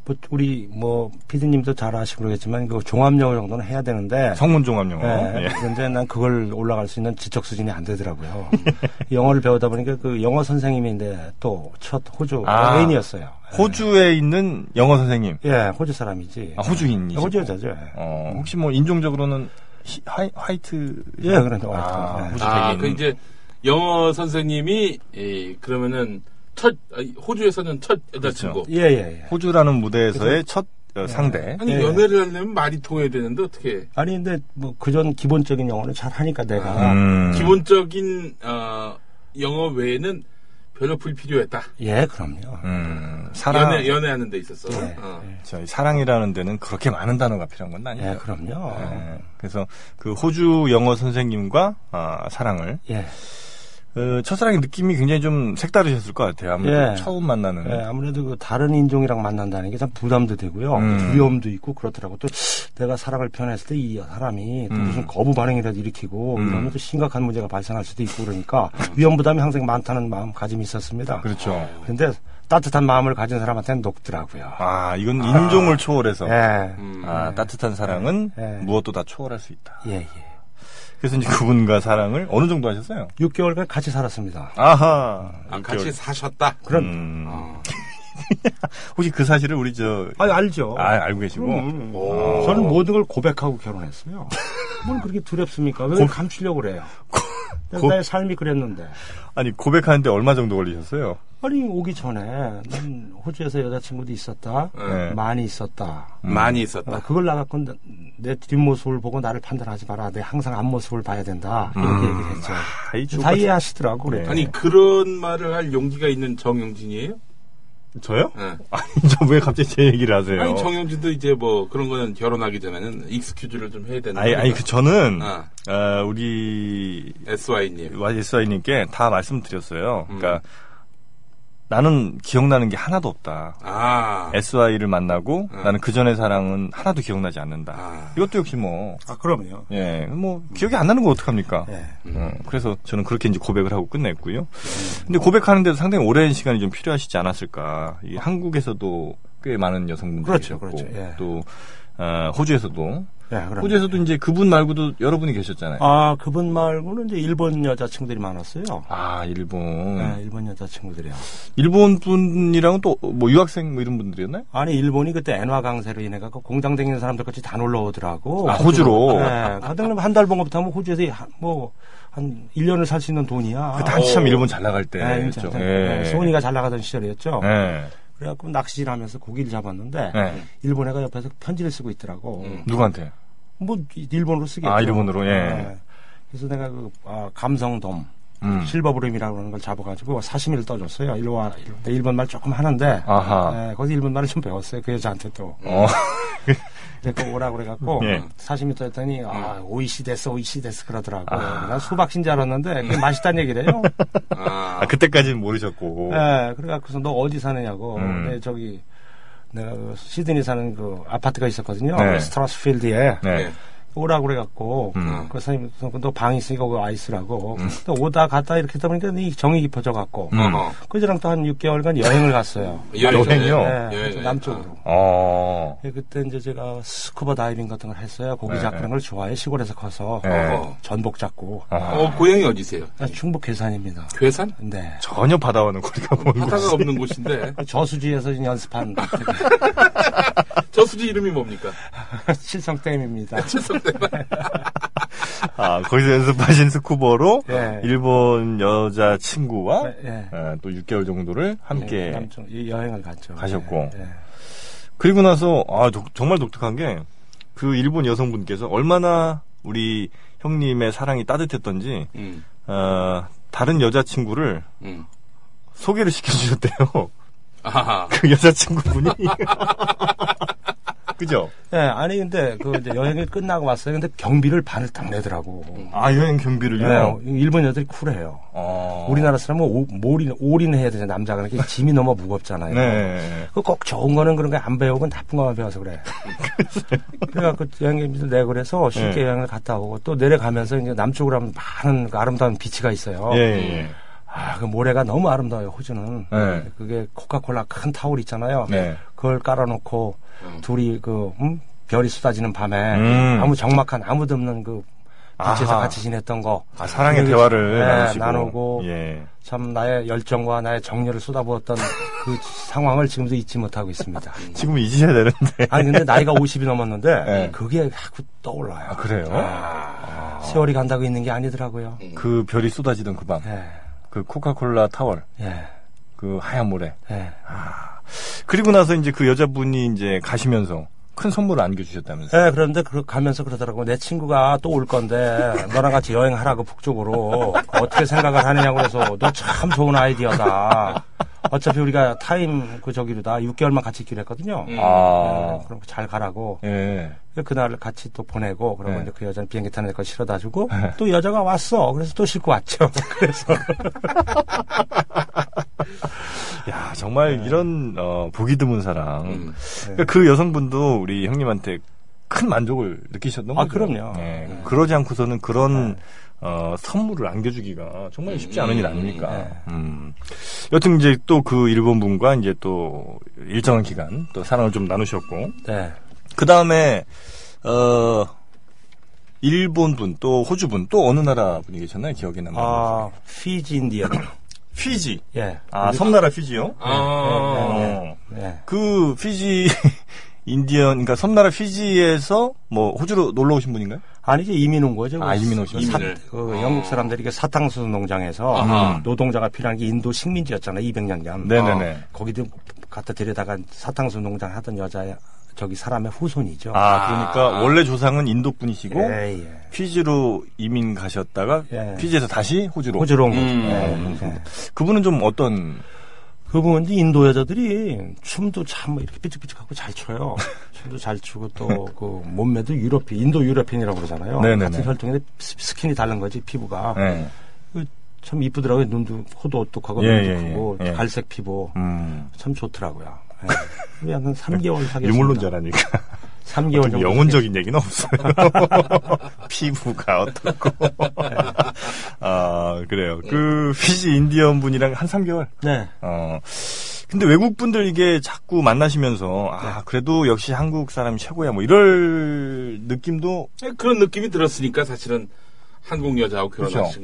[SPEAKER 3] 뭐 우리 뭐 피디님도 잘 아시고 그러겠지만 그 종합 영어 정도는 해야 되는데
[SPEAKER 2] 성문종합 영어.
[SPEAKER 3] 예,
[SPEAKER 2] 예.
[SPEAKER 3] 그런데 난 그걸 올라갈 수 있는 지적 수준이 안 되더라고요. 영어를 배우다 보니까 그 영어 선생님인데 또 첫 호주
[SPEAKER 2] 아.
[SPEAKER 3] 애인이었어요.
[SPEAKER 2] 호주에 있는 영어 선생님.
[SPEAKER 3] 예, 호주 사람이지.
[SPEAKER 2] 아, 호주인이.
[SPEAKER 3] 호주 여자죠. 예.
[SPEAKER 2] 어, 혹시 뭐 인종적으로는 히, 하이, 화이트.
[SPEAKER 3] 예, 그런데 와이트.
[SPEAKER 2] 아,
[SPEAKER 3] 예.
[SPEAKER 2] 호주
[SPEAKER 4] 아,
[SPEAKER 2] 백인.
[SPEAKER 4] 그 이제 영어 선생님이 이, 그러면은 첫 아, 호주에서는 첫 여자친구.
[SPEAKER 3] 예, 예, 예.
[SPEAKER 2] 호주라는 무대에서의 첫 어, 상대.
[SPEAKER 4] 아니 연애를 하려면 말이 통해야 되는데 어떻게?
[SPEAKER 3] 아니 근데 뭐 그전 기본적인 영어는 잘 하니까 내가
[SPEAKER 2] 음.
[SPEAKER 4] 기본적인 어, 영어 외에는 별로 불필요했다.
[SPEAKER 3] 예, 그럼요.
[SPEAKER 2] 음, 사랑.
[SPEAKER 4] 연애 연애하는 데 있어서. 어.
[SPEAKER 2] 저, 이 사랑이라는 데는 그렇게 많은 단어가 필요한 건 아니에요.
[SPEAKER 3] 예, 그럼요.
[SPEAKER 2] 예, 그래서 그 호주 영어 선생님과 아, 사랑을
[SPEAKER 3] 예.
[SPEAKER 2] 어, 첫사랑의 느낌이 굉장히 좀 색다르셨을 것 같아요. 아무래도
[SPEAKER 3] 예.
[SPEAKER 2] 처음 만나는
[SPEAKER 3] 예, 아무래도 그 다른 인종이랑 만난다는 게 참 부담도 되고요.
[SPEAKER 2] 음.
[SPEAKER 3] 두려움도 있고 그렇더라고. 또 내가 사랑을 표현했을 때 이 사람이 또
[SPEAKER 2] 음.
[SPEAKER 3] 무슨 거부 반응이라도 일으키고 이러면 또 심각한 문제가 발생할 수도 있고 그러니까 위험 부담이 항상 많다는 마음가짐이 있었습니다.
[SPEAKER 2] 그렇죠.
[SPEAKER 3] 그런데 따뜻한 마음을 가진 사람한테는 높더라고요.
[SPEAKER 2] 아, 그렇죠. 이건 인종을 초월해서.
[SPEAKER 3] 예.
[SPEAKER 2] 아, 따뜻한 사랑은
[SPEAKER 3] 예.
[SPEAKER 2] 무엇도 다 초월할 수 있다.
[SPEAKER 3] 예, 예.
[SPEAKER 2] 그래서 이제 그분과 사랑을 어느 정도 하셨어요?
[SPEAKER 3] 6개월간 같이 살았습니다.
[SPEAKER 2] 아하.
[SPEAKER 4] 아,
[SPEAKER 2] 육개월.
[SPEAKER 4] 같이 사셨다.
[SPEAKER 3] 그런
[SPEAKER 2] 음. 혹시 그 사실을 우리 저.
[SPEAKER 3] 아니, 알죠.
[SPEAKER 2] 아, 알고 계시고.
[SPEAKER 3] 음, 오. 저는 모든 걸 고백하고 결혼했어요. 뭘 그렇게 두렵습니까? 왜 감추려고 그래요? 내가
[SPEAKER 2] 고-
[SPEAKER 3] 나의 삶이 그랬는데.
[SPEAKER 2] 아니, 고백하는데 얼마 정도 걸리셨어요?
[SPEAKER 3] 아니, 오기 전에 난 호주에서 여자친구도 있었다.
[SPEAKER 2] 예.
[SPEAKER 3] 많이 있었다.
[SPEAKER 4] 많이
[SPEAKER 3] 어,
[SPEAKER 4] 있었다.
[SPEAKER 3] 그걸 나갖고 내 뒷모습을 보고 나를 판단하지 마라. 내 항상 앞모습을 봐야 된다. 이렇게 얘기를 했죠.
[SPEAKER 2] 아이, 저-
[SPEAKER 3] 다 이해하시더라고, 그래.
[SPEAKER 4] 아니 그런 말을 할 용기가 있는 정영진이에요?
[SPEAKER 2] 저요?
[SPEAKER 4] 예.
[SPEAKER 2] 아니, 저 왜 갑자기 제 얘기를 하세요?
[SPEAKER 4] 아니 정영진도 이제 뭐 그런 거는 결혼하기 전에는 익스큐즈를 좀 해야 되는.
[SPEAKER 2] 아니, 아니, 그 저는,
[SPEAKER 4] 아.
[SPEAKER 2] 어, 우리
[SPEAKER 4] SY님.
[SPEAKER 2] YSI님께 다 말씀드렸어요.
[SPEAKER 3] 음.
[SPEAKER 2] 그러니까 나는 기억나는 게 하나도 없다.
[SPEAKER 4] 아.
[SPEAKER 2] SI를
[SPEAKER 3] 어.
[SPEAKER 2] 만나고 나는 그 전의 사랑은 하나도 기억나지 않는다.
[SPEAKER 4] 아.
[SPEAKER 2] 이것도 역시 뭐,
[SPEAKER 3] 아, 그럼요.
[SPEAKER 2] 예, 뭐, 기억이 안 나는 거 어떡합니까?
[SPEAKER 3] 예.
[SPEAKER 2] 어, 그래서 저는 그렇게 이제 고백을 하고 끝냈고요.
[SPEAKER 3] 음.
[SPEAKER 2] 근데 고백하는데도 상당히 오랜 시간이 좀 필요하시지 않았을까. 이 한국에서도 꽤 많은 여성분들이
[SPEAKER 3] 그렇죠,
[SPEAKER 2] 계셨고,
[SPEAKER 3] 그렇죠. 예.
[SPEAKER 2] 또, 어, 호주에서도.
[SPEAKER 3] 예, 그럼.
[SPEAKER 2] 호주에서도 이제 그분 말고도 여러분이 계셨잖아요. 아,
[SPEAKER 3] 아, 그분 말고는 이제 일본 여자친구들이 많았어요.
[SPEAKER 2] 아, 일본.
[SPEAKER 3] 예, 일본 여자친구들이요.
[SPEAKER 2] 일본 분이랑은 또 뭐 유학생 뭐 이런 분들이었나요?
[SPEAKER 3] 아니 일본이 그때 엔화 강세로 인해 갖고 공장 댕기는 사람들 같이 다 놀러 오더라고.
[SPEAKER 2] 아, 호주로?
[SPEAKER 3] 네. 가등은 한달 번 것부터 하면 호주에서 뭐한 1년을 살 수 있는 돈이야.
[SPEAKER 2] 그 당시 참 일본 잘 나갈 때였죠.
[SPEAKER 3] 진짜.
[SPEAKER 2] 예.
[SPEAKER 3] 네, 소니가 잘 나가던 시절이었죠.
[SPEAKER 2] 예.
[SPEAKER 3] 그래갖고 낚시질 하면서 고기를 잡았는데
[SPEAKER 2] 예.
[SPEAKER 3] 일본 애가 옆에서 편지를 쓰고 있더라고.
[SPEAKER 2] 누구한테?
[SPEAKER 3] 뭐 일본으로 쓰겠죠.
[SPEAKER 2] 아, 일본으로, 음. 아, 예.
[SPEAKER 3] 그래서 내가 그 아, 감성돔
[SPEAKER 2] 음.
[SPEAKER 3] 실버브림이라고 하는 걸 잡아가지고 사시미를 떠줬어요. 일로 와. 근데 일본 말 조금 하는데
[SPEAKER 2] 아하.
[SPEAKER 3] 예, 거기서 일본 말을 좀 배웠어요. 그 여자한테 또.
[SPEAKER 2] 어.
[SPEAKER 3] 그래서 그러니까 오라고 그래갖고
[SPEAKER 2] 예. 음.
[SPEAKER 3] 사시미 떠했더니 아 오이시 됐어 오이시 됐어 그러더라고. 난 수박신 줄 알았는데
[SPEAKER 2] 음.
[SPEAKER 3] 그게 맛있다는 얘기래요.
[SPEAKER 4] 아,
[SPEAKER 2] 아, 그때까지는 모르셨고.
[SPEAKER 3] 예, 그래갖고서 너 어디 사느냐고.
[SPEAKER 2] 음.
[SPEAKER 3] 네, 저기 내가 그 시드니 사는 그 아파트가 있었거든요.
[SPEAKER 2] 네.
[SPEAKER 3] 스트라스필드에
[SPEAKER 2] 네.
[SPEAKER 3] 오라고 그래갖고
[SPEAKER 2] 음.
[SPEAKER 3] 그 선생님 너방 있으니까 오아이스라고 오다 갔다 이렇게 하다 보니까 이 정이 깊어져갖고
[SPEAKER 2] 음.
[SPEAKER 4] 어.
[SPEAKER 3] 그저랑 또 한 6개월간 여행을 갔어요.
[SPEAKER 2] 여행이요?
[SPEAKER 4] 예,
[SPEAKER 3] 네,
[SPEAKER 4] 예, 예.
[SPEAKER 3] 남쪽으로.
[SPEAKER 2] 어.
[SPEAKER 3] 예, 그때 이제 제가 스쿠버 다이빙 같은 걸 했어요. 고기
[SPEAKER 2] 네,
[SPEAKER 3] 잡는 걸 좋아해 시골에서 커서
[SPEAKER 2] 네.
[SPEAKER 4] 어.
[SPEAKER 3] 전복 잡고.
[SPEAKER 2] 아.
[SPEAKER 4] 어, 고향이 어디세요?
[SPEAKER 3] 아, 충북 괴산입니다.
[SPEAKER 4] 괴산?
[SPEAKER 3] 네.
[SPEAKER 2] 전혀 아, 바다와는 거리가 먼
[SPEAKER 4] 바다가
[SPEAKER 2] 곳이.
[SPEAKER 4] 없는 곳인데
[SPEAKER 3] 아, 저수지에서 연습한
[SPEAKER 4] 저수지 이름이 뭡니까?
[SPEAKER 3] 칠성댐입니다.
[SPEAKER 2] 아, 거기서 연습하신 스쿠버로
[SPEAKER 3] 네.
[SPEAKER 2] 일본 여자 친구와 아,
[SPEAKER 3] 네.
[SPEAKER 2] 또 6개월 정도를 네, 함께
[SPEAKER 3] 남쪽 예, 이 여행을 갔죠.
[SPEAKER 2] 가셨고.
[SPEAKER 3] 네, 네.
[SPEAKER 2] 그리고 나서 아 독- 정말 독특한 게 그 일본 여성분께서 얼마나 우리 형님의 사랑이 따뜻했던지
[SPEAKER 4] 음,
[SPEAKER 2] 어, 다른 여자친구를
[SPEAKER 4] 음.
[SPEAKER 2] 소개를 시켜주셨대요.
[SPEAKER 4] 아하.
[SPEAKER 2] 그 여자친구분이 그죠?
[SPEAKER 3] 네, 아니 근데 그 이제 여행이 끝나고 왔어요. 근데 경비를 반을 딱 내더라고.
[SPEAKER 2] 아 여행 경비를요.
[SPEAKER 3] 네, 일본 여자들이 쿨해요.
[SPEAKER 2] 어.
[SPEAKER 3] 우리나라 사람은 오, 몰인, 올인해야 되잖아요. 남자가. 그러니까 짐이 너무 무겁잖아요.
[SPEAKER 2] 네.
[SPEAKER 3] 그 꼭 좋은 거는 그런 거 안 배우고 나쁜 거만 배워서 그래. 그래갖고 여행객들 내고 그래서 쉽게
[SPEAKER 2] 예.
[SPEAKER 3] 여행을 갔다 오고 또 내려가면서 이제 남쪽으로 하면 많은 그 아름다운 비치가 있어요.
[SPEAKER 2] 예. 예.
[SPEAKER 3] 아, 그 모래가 너무 아름다워요, 호주는.
[SPEAKER 2] 예.
[SPEAKER 3] 그게 코카콜라 큰 타월 있잖아요.
[SPEAKER 2] 네.
[SPEAKER 3] 그걸 깔아놓고 둘이 그, 음? 별이 쏟아지는 밤에
[SPEAKER 2] 음.
[SPEAKER 3] 아무 적막한 아무도 없는 그 비치에서
[SPEAKER 2] 아하.
[SPEAKER 3] 같이 지냈던 거.
[SPEAKER 2] 아 사랑의
[SPEAKER 3] 그,
[SPEAKER 2] 대화를
[SPEAKER 3] 네,
[SPEAKER 2] 나누시고.
[SPEAKER 3] 나누고.
[SPEAKER 2] 예.
[SPEAKER 3] 참 나의 열정과 나의 정열을 쏟아부었던 그 상황을 지금도 잊지 못하고 있습니다.
[SPEAKER 2] 지금 잊으셔야 되는데.
[SPEAKER 3] 아니 근데 나이가 50이 넘었는데
[SPEAKER 2] 네.
[SPEAKER 3] 그게 자꾸 떠올라요.
[SPEAKER 2] 아 그래요? 아.
[SPEAKER 3] 세월이 간다고 있는 게 아니더라고요.
[SPEAKER 2] 그 별이 쏟아지던 그 밤.
[SPEAKER 3] 예,
[SPEAKER 2] 그 코카콜라 타월.
[SPEAKER 3] 예,
[SPEAKER 2] 그 하얀 모래.
[SPEAKER 3] 예.
[SPEAKER 2] 아, 그리고 나서 이제 그 여자분이 이제 가시면서 큰 선물을 안겨주셨다면서요?
[SPEAKER 3] 예, 그런데 그 가면서 그러더라고 내 친구가 또 올 건데 너랑 같이 여행하라고 북쪽으로 어떻게 생각을 하느냐고 그래서 너 참 좋은 아이디어다. 어차피 우리가 타임 그 저기로다 6개월만 같이 있기로 했거든요.
[SPEAKER 2] 아.
[SPEAKER 3] 예, 그럼 잘 가라고.
[SPEAKER 2] 예.
[SPEAKER 3] 그날 같이 또 보내고 그러고
[SPEAKER 2] 네.
[SPEAKER 3] 이제 그 여자는 비행기 타는 데까지 실어다 주고 또 여자가 왔어. 그래서 또 싣고 왔죠. 그래서
[SPEAKER 2] 야, 아,
[SPEAKER 3] 네.
[SPEAKER 2] 정말 이런, 어, 보기 드문 사랑.
[SPEAKER 4] 음.
[SPEAKER 2] 그러니까 그 여성분도 우리 형님한테 큰 만족을 느끼셨던
[SPEAKER 3] 아,
[SPEAKER 2] 거죠.
[SPEAKER 3] 그럼요. 네.
[SPEAKER 2] 예, 그러지 않고서는 그런, 어, 선물을 안겨주기가 정말 쉽지 않은 일 아닙니까?
[SPEAKER 3] 네.
[SPEAKER 2] 음. 여튼 이제 또 그 일본 분과 이제 또 일정한 기간 또 사랑을 좀 나누셨고.
[SPEAKER 3] 네.
[SPEAKER 2] 그 다음에, 어, 일본 분, 또 호주 분, 또 어느 나라 분이 계셨나요? 기억에 남는 분.
[SPEAKER 3] 아, 피지 인디언.
[SPEAKER 2] 피지.
[SPEAKER 3] 예.
[SPEAKER 2] 아, 섬나라 피지요?
[SPEAKER 4] 아,
[SPEAKER 2] 어.
[SPEAKER 3] 예.
[SPEAKER 2] 그 피지 인디언, 그러니까 섬나라 피지에서 뭐 호주로 놀러 오신 분인가요?
[SPEAKER 3] 아니, 이제 이민 온 거죠.
[SPEAKER 2] 아, 이민 오신
[SPEAKER 3] 사-
[SPEAKER 4] 이민을.
[SPEAKER 3] 그 영국 사람들이 그 사탕수수 농장에서
[SPEAKER 4] 아하.
[SPEAKER 3] 노동자가 필요한 게 인도 식민지였잖아요. 200년간.
[SPEAKER 2] 네네네.
[SPEAKER 3] 거기도 갖다 데려다가 사탕수수 농장 하던 여자, 저기 사람의 후손이죠.
[SPEAKER 2] 아, 뭐? 그러니까 원래 조상은 인도 분이시고
[SPEAKER 3] 예, 예.
[SPEAKER 2] 피지로 이민 가셨다가
[SPEAKER 3] 예.
[SPEAKER 2] 피지에서 다시 호주로.
[SPEAKER 3] 호주로 온 거죠.
[SPEAKER 4] 음.
[SPEAKER 3] 예, 예.
[SPEAKER 2] 그분은 좀 어떤
[SPEAKER 3] 그 부분이 인도 여자들이 춤도 참 이렇게 삐죽삐죽하고 잘 춰요. 춤도 잘 추고 또 그 몸매도 유럽인, 인도 유럽인이라고 그러잖아요.
[SPEAKER 2] 네네네.
[SPEAKER 3] 같은 혈통인데 스- 스킨이 다른 거지 피부가
[SPEAKER 2] 예.
[SPEAKER 3] 그 참 이쁘더라고요. 눈도 코도 오똑하고
[SPEAKER 2] 예,
[SPEAKER 3] 눈도
[SPEAKER 2] 예,
[SPEAKER 3] 크고
[SPEAKER 2] 예.
[SPEAKER 3] 갈색 피부
[SPEAKER 2] 음.
[SPEAKER 3] 참 좋더라고요. 예. 약한 3개월 사귀었습니다.
[SPEAKER 2] 유물론자라니까
[SPEAKER 3] 3개월
[SPEAKER 2] 좀
[SPEAKER 3] 정도.
[SPEAKER 2] 영혼적인 얘기는 없어요. 피부가 어떻고. 아 그래요. 그 피지 인디언 분이랑 한 3개월
[SPEAKER 3] 네.
[SPEAKER 2] 어. 근데 외국 분들 이게 자꾸 만나시면서
[SPEAKER 3] 네.
[SPEAKER 2] 아 그래도 역시 한국 사람이 최고야 뭐 이럴 느낌도
[SPEAKER 4] 그런 느낌이 들었으니까 사실은 한국 여자하고 결혼하신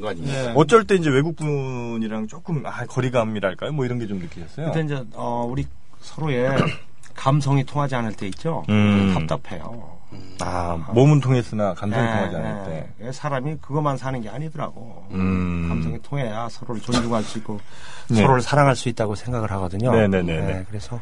[SPEAKER 2] 네, 그렇죠.
[SPEAKER 4] 거
[SPEAKER 3] 네.
[SPEAKER 4] 아니에요?
[SPEAKER 2] 어쩔 때 이제 외국 분이랑 조금 아 거리감이랄까요 뭐 이런 게 좀 느끼셨어요.
[SPEAKER 3] 그때 이제 어, 우리 서로의 감성이 통하지 않을 때 있죠.
[SPEAKER 2] 음.
[SPEAKER 3] 답답해요.
[SPEAKER 2] 아 몸은 통했으나 감정이
[SPEAKER 3] 예,
[SPEAKER 2] 통하지 않을
[SPEAKER 3] 예.
[SPEAKER 2] 때.
[SPEAKER 3] 예, 사람이 그것만 사는 게 아니더라고.
[SPEAKER 2] 음.
[SPEAKER 3] 감성이 통해야 서로를 존중할 수 있고
[SPEAKER 2] 네.
[SPEAKER 3] 서로를 사랑할 수 있다고 생각을 하거든요.
[SPEAKER 2] 네네네네.
[SPEAKER 3] 예, 그래서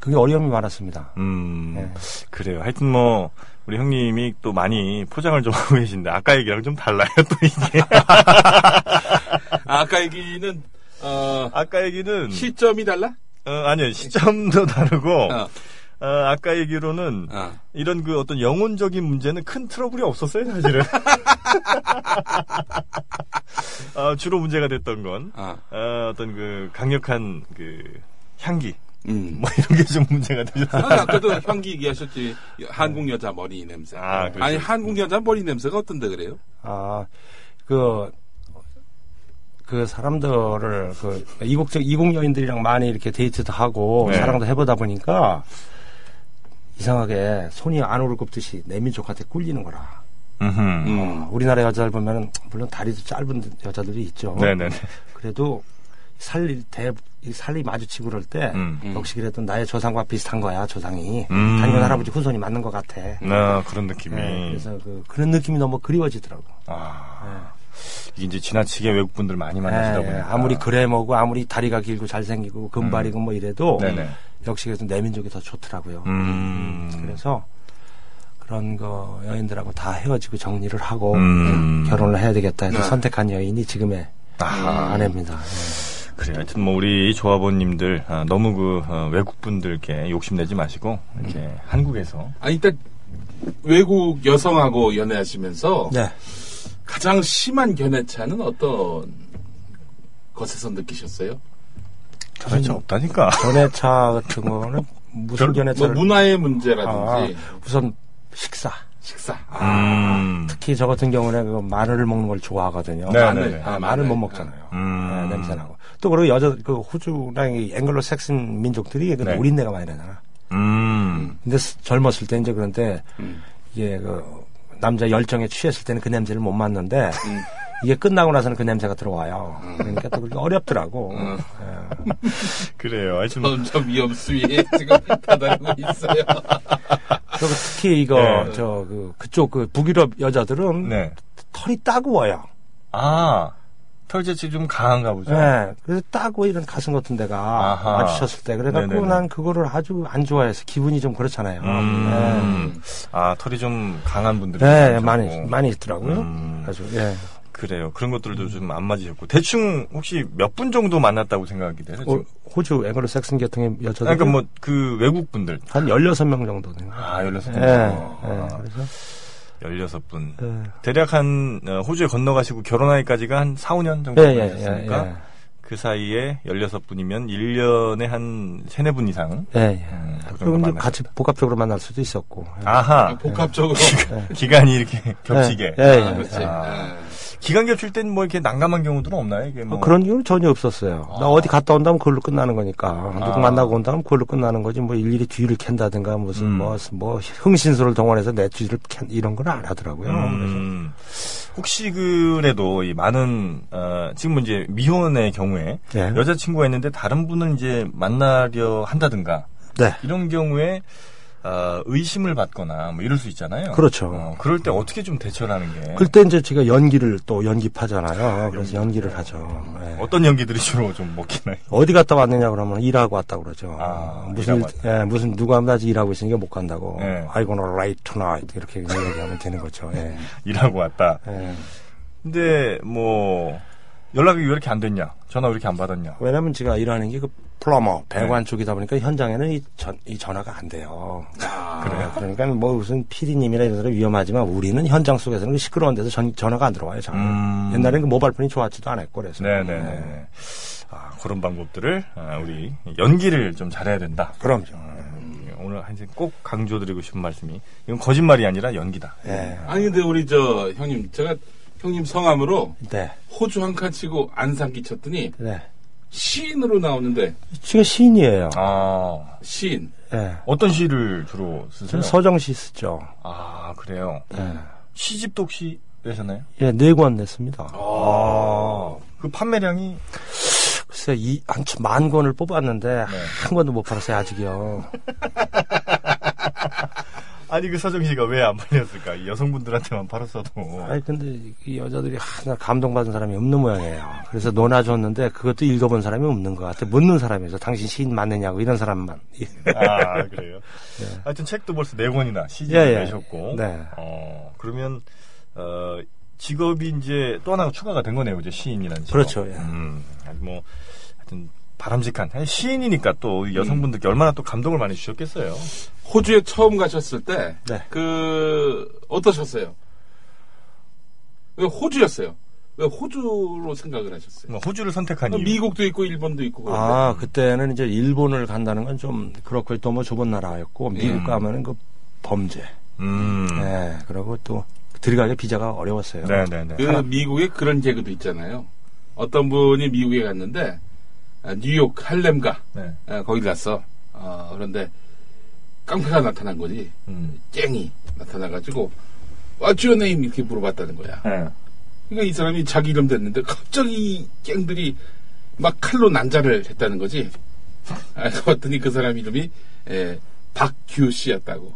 [SPEAKER 3] 그게 어려움이 많았습니다.
[SPEAKER 2] 음,
[SPEAKER 3] 네.
[SPEAKER 2] 그래요. 하여튼 뭐, 우리 형님이 또 많이 포장을 좀 하고 계신데, 아까 얘기랑 좀 달라요, 또 이게.
[SPEAKER 4] 아까 얘기는 어,
[SPEAKER 2] 아까 얘기는,
[SPEAKER 4] 시점이 달라?
[SPEAKER 2] 어, 아니요, 시점도 다르고,
[SPEAKER 4] 어.
[SPEAKER 2] 어, 아까 얘기로는,
[SPEAKER 4] 어.
[SPEAKER 2] 이런 그 어떤 영혼적인 문제는 큰 트러블이 없었어요, 사실은. 어, 주로 문제가 됐던 건,
[SPEAKER 4] 어.
[SPEAKER 2] 어, 어떤 그 강력한 그 향기,
[SPEAKER 4] 음.
[SPEAKER 2] 뭐 이런 게 좀 문제가 되셨어요.
[SPEAKER 4] 아, 아까도 현기 얘기하셨지. 한국 여자 머리 냄새.
[SPEAKER 2] 아, 그렇죠.
[SPEAKER 4] 니 한국 여자 머리 냄새가 어떤데 그래요?
[SPEAKER 3] 아, 그, 그 사람들을, 그, 이국적, 이국 여인들이랑 많이 이렇게 데이트도 하고,
[SPEAKER 2] 네.
[SPEAKER 3] 사랑도 해보다 보니까, 이상하게 손이 안 오를 굽듯이 내 민족한테 꿀리는 거라.
[SPEAKER 2] 음.
[SPEAKER 3] 어, 우리나라 여자들 보면은, 물론 다리도 짧은 여자들이 있죠.
[SPEAKER 2] 네네네.
[SPEAKER 3] 그래도 살리, 대, 이 살리 마주치고 그럴 때,
[SPEAKER 2] 음.
[SPEAKER 3] 역시 그래도 나의 조상과 비슷한 거야, 조상이.
[SPEAKER 2] 음.
[SPEAKER 3] 단군 할아버지 후손이 맞는 것 같아.
[SPEAKER 2] 나 그런 느낌이.
[SPEAKER 3] 음. 네, 그래서 그, 그런 느낌이 너무 그리워지더라고.
[SPEAKER 2] 아, 이게 이제 지나치게 외국분들 많이 만나시다
[SPEAKER 3] 예, 예.
[SPEAKER 2] 보니까.
[SPEAKER 3] 아무리 그래 먹고 아무리 다리가 길고 잘생기고 금발이고 뭐 이래도
[SPEAKER 2] 음. 네네.
[SPEAKER 3] 역시 그래도 내 민족이 더 좋더라고요.
[SPEAKER 2] 음.
[SPEAKER 3] 그래서 그런 거 여인들하고 다 헤어지고 정리를 하고
[SPEAKER 2] 음.
[SPEAKER 3] 뭐 결혼을 해야 되겠다 해서
[SPEAKER 4] 네.
[SPEAKER 3] 선택한 여인이 지금의
[SPEAKER 2] 아하.
[SPEAKER 3] 아내입니다. 예.
[SPEAKER 2] 그래요. 하여튼 뭐 우리 조합원님들 아, 너무 그 어, 외국분들께 욕심내지 마시고 이렇게
[SPEAKER 3] 음.
[SPEAKER 2] 한국에서
[SPEAKER 4] 아, 일단 외국 여성하고 연애하시면서
[SPEAKER 3] 네.
[SPEAKER 4] 가장 심한 견해차는 어떤 것에서 느끼셨어요? 뭐
[SPEAKER 2] 저런 차 없다니까.
[SPEAKER 3] 그렇죠. 전해차 같은 거는 무슨
[SPEAKER 2] 별-
[SPEAKER 4] 뭐
[SPEAKER 3] 전해차를
[SPEAKER 4] 문화의 문제라든지
[SPEAKER 3] 아, 우선 식사.
[SPEAKER 4] 식사. 아,
[SPEAKER 2] 음.
[SPEAKER 3] 특히 저 같은 경우는 그 마늘을 먹는 걸 좋아하거든요.
[SPEAKER 2] 네,
[SPEAKER 3] 마늘,
[SPEAKER 2] 네, 네.
[SPEAKER 3] 아,
[SPEAKER 4] 아,
[SPEAKER 3] 마늘
[SPEAKER 4] 마늘.
[SPEAKER 3] 못 먹잖아요.
[SPEAKER 2] 음.
[SPEAKER 3] 네, 냄새 나고. 또 그리고 여자 그 호주랑 이 앵글로 섹슨 민족들이 그
[SPEAKER 2] 네.
[SPEAKER 3] 노린내가 많이 나잖아.
[SPEAKER 2] 음.
[SPEAKER 3] 근데 스- 젊었을 때 이제 그런데 이게 그 남자 열정에 취했을 때는 그 냄새를 못 맡는데
[SPEAKER 2] 음.
[SPEAKER 3] 이게 끝나고 나서는 그 냄새가 들어와요. 그러니까 또 그렇게 어렵더라고.
[SPEAKER 2] 음.
[SPEAKER 3] 예.
[SPEAKER 2] 그래요. 하여튼 뭐
[SPEAKER 4] 점점 아, 위험 수위에 지금 다다르고 있어요.
[SPEAKER 3] 아, 그리고 특히 이거
[SPEAKER 2] 네.
[SPEAKER 3] 저 그 그쪽 그 북유럽 여자들은
[SPEAKER 2] 네.
[SPEAKER 3] 털이 따구워요.
[SPEAKER 2] 아. 털재치 좀 강한가 보죠.
[SPEAKER 3] 예. 그래서 따고 이런 가슴 같은 데가
[SPEAKER 2] 네. 아하.
[SPEAKER 3] 마주쳤을 때 그래갖고
[SPEAKER 2] 네네네.
[SPEAKER 3] 난 그거를 아주 안 좋아해서 기분이 좀 그렇잖아요. 네.
[SPEAKER 2] 음. 아, 털이 좀 강한 분들이
[SPEAKER 3] 예. 예,
[SPEAKER 2] 많더라고.
[SPEAKER 3] 많이 많이 있더라고요.
[SPEAKER 2] 뭐, 음.
[SPEAKER 3] 아주 예.
[SPEAKER 2] 그래요. 그런 것들도 좀 안 맞으셨고 대충 혹시 몇 분 정도 만났다고 생각이 돼요?
[SPEAKER 3] 호-
[SPEAKER 2] 지금?
[SPEAKER 3] 호주 앵글로 섹슨 계통의 여자들
[SPEAKER 2] 그러니까 뭐 그 외국 분들
[SPEAKER 3] 한 16명 정도 되는 거예요.
[SPEAKER 2] 아 16분
[SPEAKER 3] 예. 예. 그래서
[SPEAKER 2] 16분
[SPEAKER 3] 예.
[SPEAKER 2] 대략 한 어, 호주에 건너가시고 결혼하기까지가 한 4, 5년 정도
[SPEAKER 3] 예, 예,
[SPEAKER 2] 걸리셨으니까 그 사이에 16분이면 1년에 한 3, 4분 이상
[SPEAKER 3] 예, 예.
[SPEAKER 2] 음, 그 정도
[SPEAKER 3] 그럼 이제
[SPEAKER 2] 만나셨다.
[SPEAKER 3] 같이 복합적으로 만날 수도 있었고. 예.
[SPEAKER 2] 아하
[SPEAKER 4] 복합적으로.
[SPEAKER 3] 네.
[SPEAKER 2] 기간이 이렇게 겹치게
[SPEAKER 3] 예, 예.
[SPEAKER 4] 아, 그렇지.
[SPEAKER 2] 아.
[SPEAKER 4] 아.
[SPEAKER 2] 기간 겹칠 땐 뭐 이렇게 난감한 경우들은 없나요? 이게 뭐 아.
[SPEAKER 3] 어, 그런 이유는 전혀 없었어요. 나 어디 갔다 온다면 그걸로 끝나는 거니까. 누구 만나고 온다면 그걸로 끝나는 거지. 뭐 일일이 뒤를 캔다든가 무슨
[SPEAKER 2] 음.
[SPEAKER 3] 뭐, 뭐 흥신소를 동원해서 내 뒤를 캔 이런 건 안 하더라고요.
[SPEAKER 2] 음. 혹시 그래도 이 많은 어, 지금 이제 미혼의 경우에
[SPEAKER 3] 예.
[SPEAKER 2] 여자친구가 있는데 다른 분을 이제 만나려 한다든가
[SPEAKER 3] 네.
[SPEAKER 2] 이런 경우에 어, 의심을 받거나 뭐 이럴 수 있잖아요.
[SPEAKER 3] 그렇죠.
[SPEAKER 2] 어, 그럴 때 어떻게 좀 대처를 하는 게
[SPEAKER 3] 네. 그때 이제 제가 연기를 또 연기파잖아요. 그래서 연기를 하죠. 예.
[SPEAKER 2] 어떤 연기들이 주로 좀 먹히나요?
[SPEAKER 3] 어디 갔다 왔느냐 그러면 일하고 왔다 그러죠.
[SPEAKER 2] 아,
[SPEAKER 3] 무슨
[SPEAKER 2] 일하고
[SPEAKER 3] 일- 예, 무슨 누가 하면 아직 일하고 있으니까 못 간다고.
[SPEAKER 2] 예.
[SPEAKER 3] I gonna write tonight 이렇게 그냥 얘기하면 되는 거죠. 예.
[SPEAKER 2] 일하고 왔다.
[SPEAKER 3] 예.
[SPEAKER 2] 근데 뭐 연락이 왜 이렇게 안 됐냐? 전화 왜 이렇게 안 받았냐?
[SPEAKER 3] 왜냐면 제가 일하는 게 그 플러머
[SPEAKER 2] 네.
[SPEAKER 3] 배관 쪽이다 보니까 현장에는 이, 전, 이 전화가 안 돼요.
[SPEAKER 2] 아.
[SPEAKER 3] 그래요. 그러니까 뭐 무슨 PD님이나 이런 사람 위험하지만 우리는 현장 속에서는 그 시끄러운 데서 전, 전화가 안 들어와요. 잘.
[SPEAKER 2] 음.
[SPEAKER 3] 옛날에는 그 모바일폰이 좋았지도 않았고 그래서.
[SPEAKER 2] 네네네. 아, 그런 방법들을 아, 우리 연기를 좀 잘해야 된다.
[SPEAKER 3] 그럼요.
[SPEAKER 2] 아, 예, 오늘 한생 꼭 강조드리고 싶은 말씀이 이건 거짓말이 아니라 연기다.
[SPEAKER 3] 예.
[SPEAKER 4] 아니 근데 우리 저 형님 제가 형님 성함으로
[SPEAKER 2] 예.
[SPEAKER 3] 네.
[SPEAKER 4] 호주 한 칸 치고 안상 끼쳤더니
[SPEAKER 3] 네.
[SPEAKER 4] 시인으로 나오는데
[SPEAKER 3] 지금 시인이에요.
[SPEAKER 2] 아
[SPEAKER 4] 시인
[SPEAKER 3] 예.
[SPEAKER 2] 어떤 시를 주로 쓰세요?
[SPEAKER 3] 저는 서정 예. 시 쓰죠.
[SPEAKER 2] 아 그래요. 시집도 혹시 내셨나요?
[SPEAKER 3] 예, 네 권 냈습니다.
[SPEAKER 2] 아그 판매량이
[SPEAKER 3] 글쎄, 이, 한, 천- 만 권을 네. 뽑았는데, 한 권도 못 팔았어요, 아직이요.
[SPEAKER 2] 아니 그 서정시가 왜 안 팔렸을까? 이 여성분들한테만 팔았어도.
[SPEAKER 3] 아니 근데 이 여자들이 하나 감동받은 사람이 없는 모양이에요. 그래서 논아줬는데 그것도 읽어본 사람이 없는 것 같아. 묻는 사람이죠. 당신 시인 맞느냐고 이런 사람만.
[SPEAKER 2] 아 그래요. 하여튼 책도 벌써 네 권이나 시집을
[SPEAKER 3] 예, 예.
[SPEAKER 2] 내셨고.
[SPEAKER 3] 네.
[SPEAKER 2] 어 그러면 어 직업이 이제 또 하나 추가가 된 거네요. 이제 시인이라는 직업.
[SPEAKER 3] 그렇죠, 예.
[SPEAKER 2] 음. 아니, 뭐 하여튼 바람직한 아니, 시인이니까 또이
[SPEAKER 3] 음.
[SPEAKER 2] 여성분들께 얼마나 또 감동을 많이 주셨겠어요.
[SPEAKER 4] 호주에 처음 가셨을 때,
[SPEAKER 3] 네.
[SPEAKER 4] 그, 어떠셨어요? 왜 호주였어요? 왜 호주로 생각을 하셨어요?
[SPEAKER 2] 뭐 호주를 선택한 이유.
[SPEAKER 4] 미국도 있고, 일본도 있고, 그런데.
[SPEAKER 3] 아 그때는 이제 일본을 간다는 건 좀 그렇고 또 뭐 좁은 나라였고 미국 가면은 그 범죄.
[SPEAKER 2] 음.
[SPEAKER 3] 예. 그리고 또 들어가기 비자가 어려웠어요.
[SPEAKER 2] 네, 네, 네.
[SPEAKER 4] 그 미국에 그런 개그도 있잖아요. 어떤 분이 미국에 갔는데, 아, 뉴욕, 할렘가,
[SPEAKER 2] 네.
[SPEAKER 4] 아, 거기 갔어. 어, 그런데 깡패가 나타난 거지.
[SPEAKER 2] 음.
[SPEAKER 4] 쨍이 나타나가지고, What's your name? 이렇게 물어봤다는 거야.
[SPEAKER 2] 네.
[SPEAKER 4] 그러니까 이 사람이 자기 이름 됐는데 갑자기 이 깽들이 막 칼로 난자를 했다는 거지. 알고 봤더니 그 사람 이름이 에, 박규 씨였다고.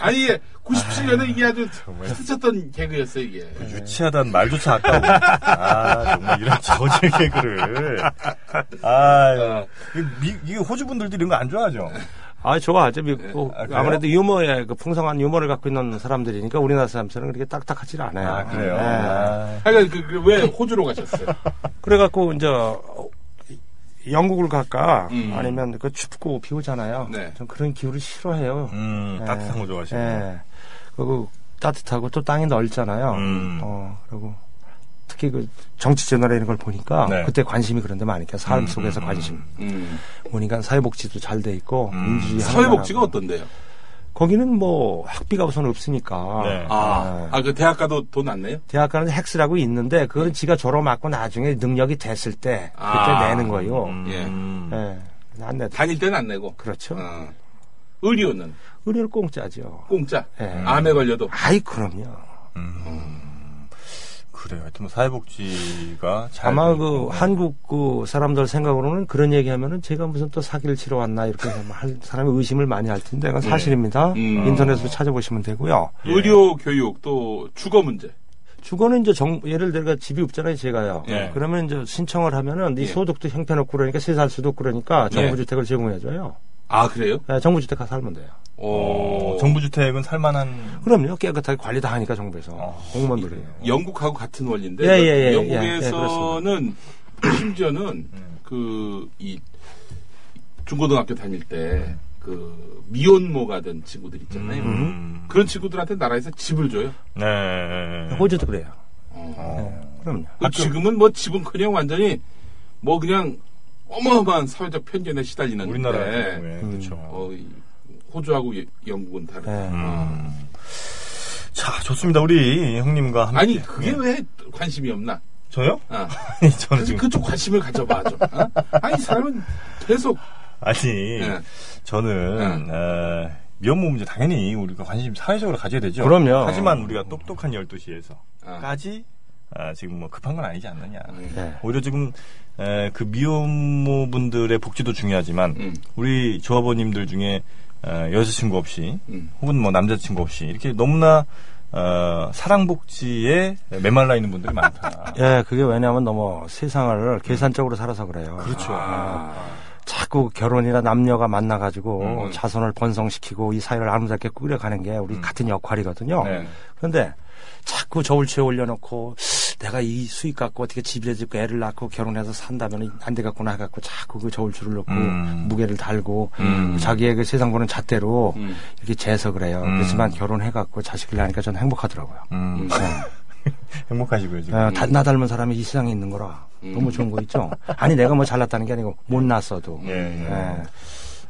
[SPEAKER 4] 아니 97년에 이게 아주 스쳤던 개그였어요 이게.
[SPEAKER 2] 유치하다는 말조차 아까워. 아, 정말 이런 저질 개그를.
[SPEAKER 3] 어.
[SPEAKER 2] 아, 미, 이게 호주 분들도 이런 거 안 좋아하죠?
[SPEAKER 3] 아 좋아하죠. 미
[SPEAKER 2] 아, 그래요?
[SPEAKER 3] 아, 무래도 유머에 그 풍성한 유머를 갖고 있는 사람들이니까 우리나라 사람처럼 그렇게 딱딱하지 않아요.
[SPEAKER 2] 아, 그래요?
[SPEAKER 3] 예.
[SPEAKER 2] 아,
[SPEAKER 4] 하여간 그, 그, 왜 호주로 가셨어요?
[SPEAKER 3] 그래갖고 이제 영국을 갈까
[SPEAKER 4] 음.
[SPEAKER 3] 아니면 그 춥고 비 오잖아요.
[SPEAKER 4] 네.
[SPEAKER 3] 전 그런 기후를 싫어해요.
[SPEAKER 2] 음,
[SPEAKER 3] 예.
[SPEAKER 2] 따뜻한 거 좋아하시고.
[SPEAKER 3] 예. 그리고 따뜻하고 또 땅이 넓잖아요.
[SPEAKER 2] 음.
[SPEAKER 3] 어 그리고 특히 그 정치 채널에 이런 걸 보니까
[SPEAKER 2] 네.
[SPEAKER 3] 그때 관심이 그런데 많으니까 삶
[SPEAKER 2] 음,
[SPEAKER 3] 속에서
[SPEAKER 2] 음,
[SPEAKER 3] 관심
[SPEAKER 4] 음.
[SPEAKER 3] 보니까 사회복지도 잘 돼 있고
[SPEAKER 2] 음.
[SPEAKER 3] 민주주의
[SPEAKER 4] 사회복지가
[SPEAKER 3] 하나라고.
[SPEAKER 4] 어떤데요?
[SPEAKER 3] 거기는 뭐 학비가 우선 없으니까
[SPEAKER 2] 네.
[SPEAKER 3] 예.
[SPEAKER 4] 아, 아, 그 대학 가도 돈 안 내요?
[SPEAKER 3] 대학 가는 헥스라고 있는데 그거는 지가 졸업하고 나중에 능력이 됐을 때 그때
[SPEAKER 4] 아.
[SPEAKER 3] 내는 거예요.
[SPEAKER 2] 음.
[SPEAKER 3] 예. 안 내도
[SPEAKER 4] 다닐 때는 안 내고.
[SPEAKER 3] 그렇죠.
[SPEAKER 4] 어. 의료는
[SPEAKER 3] 의료를 공짜죠.
[SPEAKER 4] 공짜.
[SPEAKER 3] 예.
[SPEAKER 4] 암에 걸려도.
[SPEAKER 3] 아이 그럼요.
[SPEAKER 2] 그래요. 하여튼 뭐 사회복지가 잘.
[SPEAKER 3] 아마
[SPEAKER 2] 되고
[SPEAKER 3] 그
[SPEAKER 2] 있고.
[SPEAKER 3] 한국 그 사람들 생각으로는 그런 얘기하면은 제가 무슨 또 사기를 치러 왔나 이렇게 할 사람이 의심을 많이 할 텐데 그건 사실입니다.
[SPEAKER 4] 음.
[SPEAKER 3] 인터넷으로 찾아보시면 되고요.
[SPEAKER 4] 의료, 교육, 또 주거 문제.
[SPEAKER 3] 주거는 이제 정 예를 들어 집이 없잖아요 제가요.
[SPEAKER 4] 예.
[SPEAKER 3] 그러면 이제 신청을 하면은 네
[SPEAKER 4] 예.
[SPEAKER 3] 소득도 형편없고 그러니까 세 살 수도 없고 그러니까 정부주택을 제공해줘요.
[SPEAKER 4] 아, 그래요?
[SPEAKER 3] 예, 정부주택 가서 살면 돼요.
[SPEAKER 2] 어, 정부주택은 살만한.
[SPEAKER 3] 그럼요. 깨끗하게 관리 다 하니까 정부에서
[SPEAKER 2] 어.
[SPEAKER 3] 공무원들이.
[SPEAKER 4] 영국하고 같은 원리인데
[SPEAKER 3] 예, 예, 예,
[SPEAKER 4] 영국에서는 심지어는 그 이 중고등학교 다닐 때 그 미혼모가 된 친구들 있잖아요.
[SPEAKER 2] 음.
[SPEAKER 4] 그런 친구들한테 나라에서 집을 줘요.
[SPEAKER 2] 네.
[SPEAKER 3] 예. 호주도 그래요.
[SPEAKER 4] 어.
[SPEAKER 3] 예, 그럼요.
[SPEAKER 4] 그 지금은 뭐 집은커녕 완전히 뭐 그냥 어마어마한 사회적 편견에 시달리는
[SPEAKER 2] 우리나라 같은
[SPEAKER 4] 데
[SPEAKER 2] 경우에. 그렇죠.
[SPEAKER 4] 어, 이 호주하고 예- 영국은 다르.
[SPEAKER 3] 예.
[SPEAKER 2] 음. 자, 좋습니다. 우리 형님과 함께.
[SPEAKER 4] 아니 그게 왜 관심이 없나?
[SPEAKER 2] 저요?
[SPEAKER 4] 어.
[SPEAKER 2] 아니, 저는
[SPEAKER 4] 그래서
[SPEAKER 2] 지금.
[SPEAKER 4] 그쪽 관심을 가져봐 좀. 어? 아니 이 사람은 계속
[SPEAKER 2] 아니,
[SPEAKER 4] 예.
[SPEAKER 2] 저는 어, 미혼모 문제 당연히 우리가 관심 사회적으로 가져야 되죠.
[SPEAKER 3] 그럼요.
[SPEAKER 2] 하지만 우리가 똑똑한 12시에서까지 지금 뭐 급한 건 아니지 않느냐.
[SPEAKER 3] 예.
[SPEAKER 2] 오히려 지금 에, 그 미혼모 분들의 복지도 중요하지만
[SPEAKER 4] 음.
[SPEAKER 2] 우리 조합원님들 중에 어, 여자친구 없이
[SPEAKER 4] 음.
[SPEAKER 2] 혹은 뭐 남자친구 없이 이렇게 너무나 어, 사랑복지에 메말라 있는 분들이 많다.
[SPEAKER 3] 예, 그게 왜냐하면 너무 세상을 계산적으로 살아서 그래요.
[SPEAKER 2] 그렇죠.
[SPEAKER 3] 자꾸 결혼이나 남녀가 만나가지고 자손을 번성시키고 이 사회를 아름답게 꾸려가는 게 우리 같은 역할이거든요.
[SPEAKER 4] 네.
[SPEAKER 3] 그런데 자꾸 저울치에 올려놓고 내가 이 수익 갖고 어떻게 집을 짓고 애를 낳고 결혼해서 산다면 안 되겠구나 해갖고 자꾸 그 저울추를 놓고
[SPEAKER 2] 음.
[SPEAKER 3] 무게를 달고
[SPEAKER 2] 음.
[SPEAKER 3] 자기의 그 세상 보는 잣대로
[SPEAKER 4] 음.
[SPEAKER 3] 이렇게 재석을 해요.
[SPEAKER 2] 음.
[SPEAKER 3] 그렇지만 결혼해갖고 자식을 낳으니까 전 행복하더라고요.
[SPEAKER 2] 음, 행복하시고요 지금.
[SPEAKER 3] 어, 다- 나 닮은 사람이 이 세상에 있는 거라
[SPEAKER 2] 음.
[SPEAKER 3] 너무 좋은 거 있죠. 아니 내가 뭐 잘났다는 게 아니고 못 났어도.
[SPEAKER 2] 예, 예.
[SPEAKER 3] 예.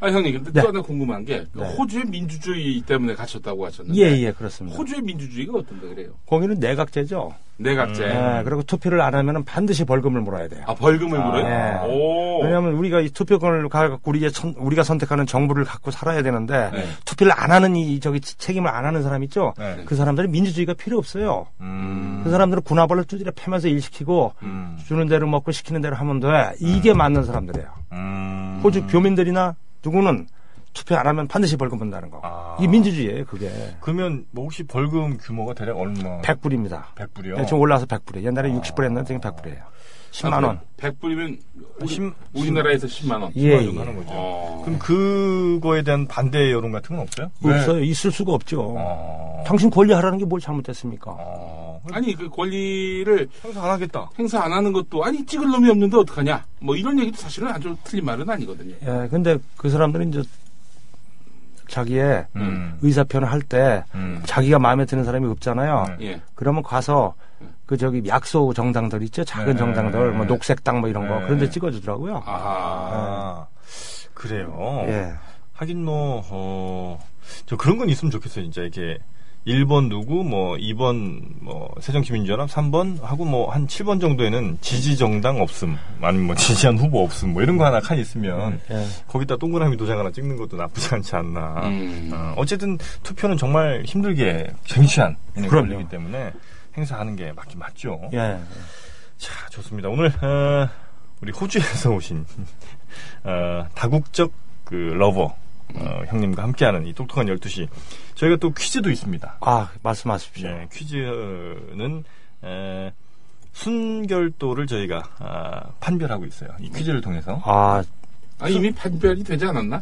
[SPEAKER 4] 아 형님 근데
[SPEAKER 3] 네.
[SPEAKER 4] 또 하나 궁금한 게그
[SPEAKER 3] 네.
[SPEAKER 4] 호주의 민주주의 때문에 갇혔다고 하셨는데
[SPEAKER 3] 예, 예, 그렇습니다.
[SPEAKER 4] 호주의 민주주의가 어떤데 그래요? 네
[SPEAKER 3] 거기는 내각제죠.
[SPEAKER 4] 내각제
[SPEAKER 2] 네.
[SPEAKER 3] 예, 그리고 투표를 안 하면 반드시 벌금을 물어야 돼요.
[SPEAKER 4] 아 벌금을 물어요?
[SPEAKER 3] 예.
[SPEAKER 4] 오
[SPEAKER 3] 왜냐하면 우리가 이 투표권을 갖고 우리의 천- 우리가 선택하는 정부를 갖고 살아야 되는데
[SPEAKER 4] 네.
[SPEAKER 3] 투표를 안 하는 이 저기 치- 책임을 안 하는 사람 있죠.
[SPEAKER 2] 네.
[SPEAKER 3] 그 사람들은 민주주의가 필요 없어요.
[SPEAKER 2] 음,
[SPEAKER 3] 그 사람들은 군화벌을 두드려 패면서 일시키고 주는 대로 먹고 시키는 대로 하면 돼. 이게 맞는 사람들이에요.
[SPEAKER 2] 음.
[SPEAKER 3] 호주 교민들이나 누구는 투표 안 하면 반드시 벌금 본다는 거.
[SPEAKER 2] 아.
[SPEAKER 3] 이게 민주주의예요, 그게.
[SPEAKER 2] 그러면 뭐 혹시 벌금 규모가 대략 얼마?
[SPEAKER 3] 100불입니다.
[SPEAKER 2] 100불 이요? 아.
[SPEAKER 3] 네, 지금 올라와서 100불이에요. 옛날에 60불 했는데 지금 100불이에요. 10만 원.
[SPEAKER 4] 아, 100불이면
[SPEAKER 2] 십-
[SPEAKER 4] 우리나라에서 10만 원.
[SPEAKER 3] 예, 예.
[SPEAKER 2] 하는 거죠.
[SPEAKER 4] 어.
[SPEAKER 2] 그럼 그거에 대한 반대 여론 같은 건 네. 없어요?
[SPEAKER 3] 없어요. 있을 수가 없죠.
[SPEAKER 2] 아.
[SPEAKER 3] 당신 권리하라는 게 뭘 잘못됐습니까?
[SPEAKER 2] 아.
[SPEAKER 4] 아니 그 권리를
[SPEAKER 2] 항상 안 하겠다.
[SPEAKER 4] 행사 안 하는 것도 아니 찍을 놈이 없는데 어떡하냐. 뭐 이런 얘기도 사실은 아주 틀린 말은 아니거든요.
[SPEAKER 3] 예, 근데 그 사람들은 이제 자기의
[SPEAKER 2] 음.
[SPEAKER 3] 의사표현을 할 때
[SPEAKER 2] 음.
[SPEAKER 3] 자기가 마음에 드는 사람이 없잖아요.
[SPEAKER 2] 네.
[SPEAKER 4] 예.
[SPEAKER 3] 그러면 가서 그 저기 약소 정당들 있죠? 작은
[SPEAKER 2] 음. 네.
[SPEAKER 3] 정당들, 뭐 녹색당 뭐 이런 거.
[SPEAKER 2] 네.
[SPEAKER 3] 그런데 찍어주더라고요.
[SPEAKER 2] 아.
[SPEAKER 4] 아하.
[SPEAKER 2] 그래요.
[SPEAKER 3] 예.
[SPEAKER 2] 하긴 뭐, 어, 저 그런 건 있으면 좋겠어요. 진짜 이렇게 1번 누구, 뭐 2번 뭐 새정치민주연합, 3번 하고 뭐 한 7번 정도에는 지지 정당 없음, 아니면 뭐 지지한 후보 없음, 뭐 이런 거 하나 칸 있으면
[SPEAKER 3] 예.
[SPEAKER 2] 거기다 동그라미 도장 하나 찍는 것도 나쁘지 않지
[SPEAKER 3] 아.
[SPEAKER 2] 않나.
[SPEAKER 4] 음.
[SPEAKER 2] 어, 어쨌든 투표는 정말 힘들게 쟁취한
[SPEAKER 3] 그럼요.
[SPEAKER 2] 권리이기 때문에 행사하는 게 맞긴 맞죠.
[SPEAKER 3] 예.
[SPEAKER 2] 자, 좋습니다. 오늘 어, 우리 호주에서 오신 어, 다국적 그 러버 어, 형님과 함께하는 이 똑똑한 12시 저희가 또 퀴즈도 있습니다.
[SPEAKER 3] 아,
[SPEAKER 4] 그렇죠.
[SPEAKER 3] 말씀하십시오.
[SPEAKER 2] 네, 퀴즈는 에, 순결도를 저희가 아, 판별하고 있어요. 이 퀴즈를 통해서.
[SPEAKER 3] 아,
[SPEAKER 4] 아 이미 판별이 되지 않았나?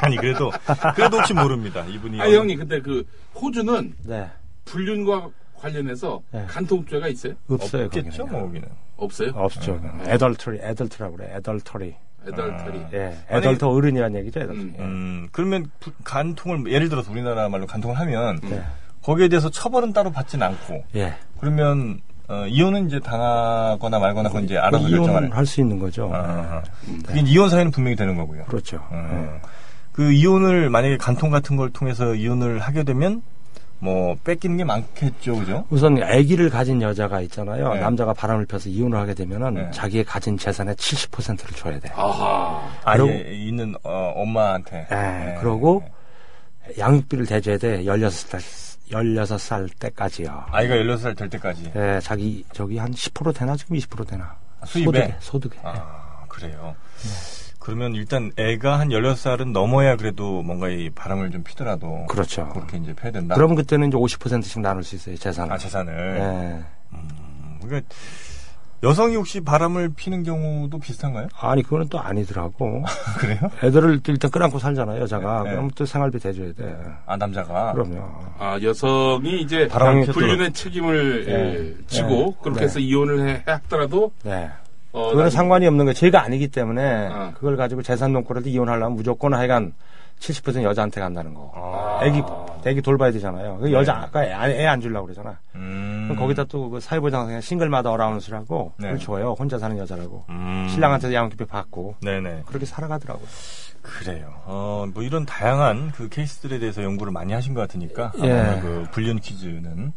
[SPEAKER 2] 아니 그래도 그래도 혹시 모릅니다. 이분이
[SPEAKER 3] 예.
[SPEAKER 4] 아 형님 근데 그 호주는
[SPEAKER 3] 네.
[SPEAKER 4] 불륜과 관련해서
[SPEAKER 3] 예.
[SPEAKER 4] 간통죄가 있어요?
[SPEAKER 3] 없어요.
[SPEAKER 2] 없겠죠, 음.
[SPEAKER 3] 거기는. 네.
[SPEAKER 2] 뭐 여기는.
[SPEAKER 4] 없어요?
[SPEAKER 3] 없죠. 애덜트리, 애덜트라고 그래. 애덜터리.
[SPEAKER 4] 애덜터리.
[SPEAKER 3] 예. 애덜터 어른이라는 얘기죠, 애덜터.
[SPEAKER 4] 음.
[SPEAKER 3] 예.
[SPEAKER 2] 음, 그러면 부- 간통을 예를 들어서 우리나라 말로 간통을 하면
[SPEAKER 3] 네.
[SPEAKER 2] 거기에 대해서 처벌은 따로 받진 않고
[SPEAKER 3] 예.
[SPEAKER 2] 그러면 어, 이혼은 이제 당하거나 말거나 그건 이제 알아서 결정하는.
[SPEAKER 3] 네, 이혼을 할 수 있는 거죠.
[SPEAKER 2] 아, 아, 아. 그게 이혼 사유는 분명히 되는 거고요.
[SPEAKER 3] 그렇죠. 예.
[SPEAKER 2] 어. 그 이혼을 만약에 간통 같은 걸 통해서 이혼을 하게 되면 뭐 뺏기는 게 많겠죠, 그죠?
[SPEAKER 3] 우선 아기를 가진 여자가 있잖아요.
[SPEAKER 2] 네.
[SPEAKER 3] 남자가 바람을 펴서 이혼을 하게 되면은
[SPEAKER 2] 네.
[SPEAKER 3] 자기의 가진 재산의 70%를 줘야 돼.
[SPEAKER 4] 아하.
[SPEAKER 2] 아예
[SPEAKER 3] 그리고-
[SPEAKER 2] 있는 어, 엄마한테. 네.
[SPEAKER 3] 예. 그러고 양육비를 대줘야 돼. 16살 16살 때까지요.
[SPEAKER 2] 아이가 16살 될 때까지.
[SPEAKER 3] 예, 자기 저기 한 10% 되나 지금 20% 되나?
[SPEAKER 2] 아, 수입에?
[SPEAKER 3] 소득에 소득에.
[SPEAKER 2] 아, 그래요.
[SPEAKER 3] 네.
[SPEAKER 2] 그러면 일단 애가 한 16살은 넘어야 그래도 뭔가 이 바람을 좀 피더라도
[SPEAKER 3] 그렇죠.
[SPEAKER 2] 그렇게 이제 펴야 된다.
[SPEAKER 3] 그럼 그때는 이제 50%씩 나눌 수 있어요, 재산을.
[SPEAKER 2] 아, 재산을.
[SPEAKER 3] 예.
[SPEAKER 2] 그러니까 여성이 혹시 바람을 피는 경우도 비슷한가요?
[SPEAKER 3] 아니, 그거는 또 아니더라고.
[SPEAKER 2] 그래요?
[SPEAKER 3] 애들을 일단 끌어안고 살잖아요, 여자가.
[SPEAKER 2] 네.
[SPEAKER 3] 그럼 또 생활비 대줘야 돼.
[SPEAKER 2] 아 남자가
[SPEAKER 3] 그럼요.
[SPEAKER 4] 아 여성이 이제
[SPEAKER 2] 바람이
[SPEAKER 4] 불륜의 책임을 예, 지고 그렇게
[SPEAKER 3] 네.
[SPEAKER 4] 해서 이혼을 해, 하더라도
[SPEAKER 3] 네.
[SPEAKER 4] 어,
[SPEAKER 3] 그거는
[SPEAKER 4] 난-
[SPEAKER 3] 상관이 없는 거예요. 저희가 아니기 때문에
[SPEAKER 4] 어.
[SPEAKER 3] 그걸 가지고 재산 논거라도 이혼하려면 무조건 하여간 70% 여자한테 간다는 거. 애기, 애기 돌봐야 되잖아요. 그 여자 아까 애 안 주려고 그러잖아.
[SPEAKER 2] 음.
[SPEAKER 3] 그럼 거기다 또그 사회보장상 싱글마다 어라운스라고
[SPEAKER 2] 네.
[SPEAKER 3] 그걸 줘요. 혼자 사는 여자라고.
[SPEAKER 2] 음.
[SPEAKER 3] 신랑한테도 양육비 받고.
[SPEAKER 2] 네네
[SPEAKER 3] 그렇게 살아가더라고요.
[SPEAKER 2] 그래요. 어뭐 이런 다양한 그 케이스들에 대해서 연구를 많이 하신 것 같으니까
[SPEAKER 3] 예.
[SPEAKER 2] 아마 그 불륜 퀴즈는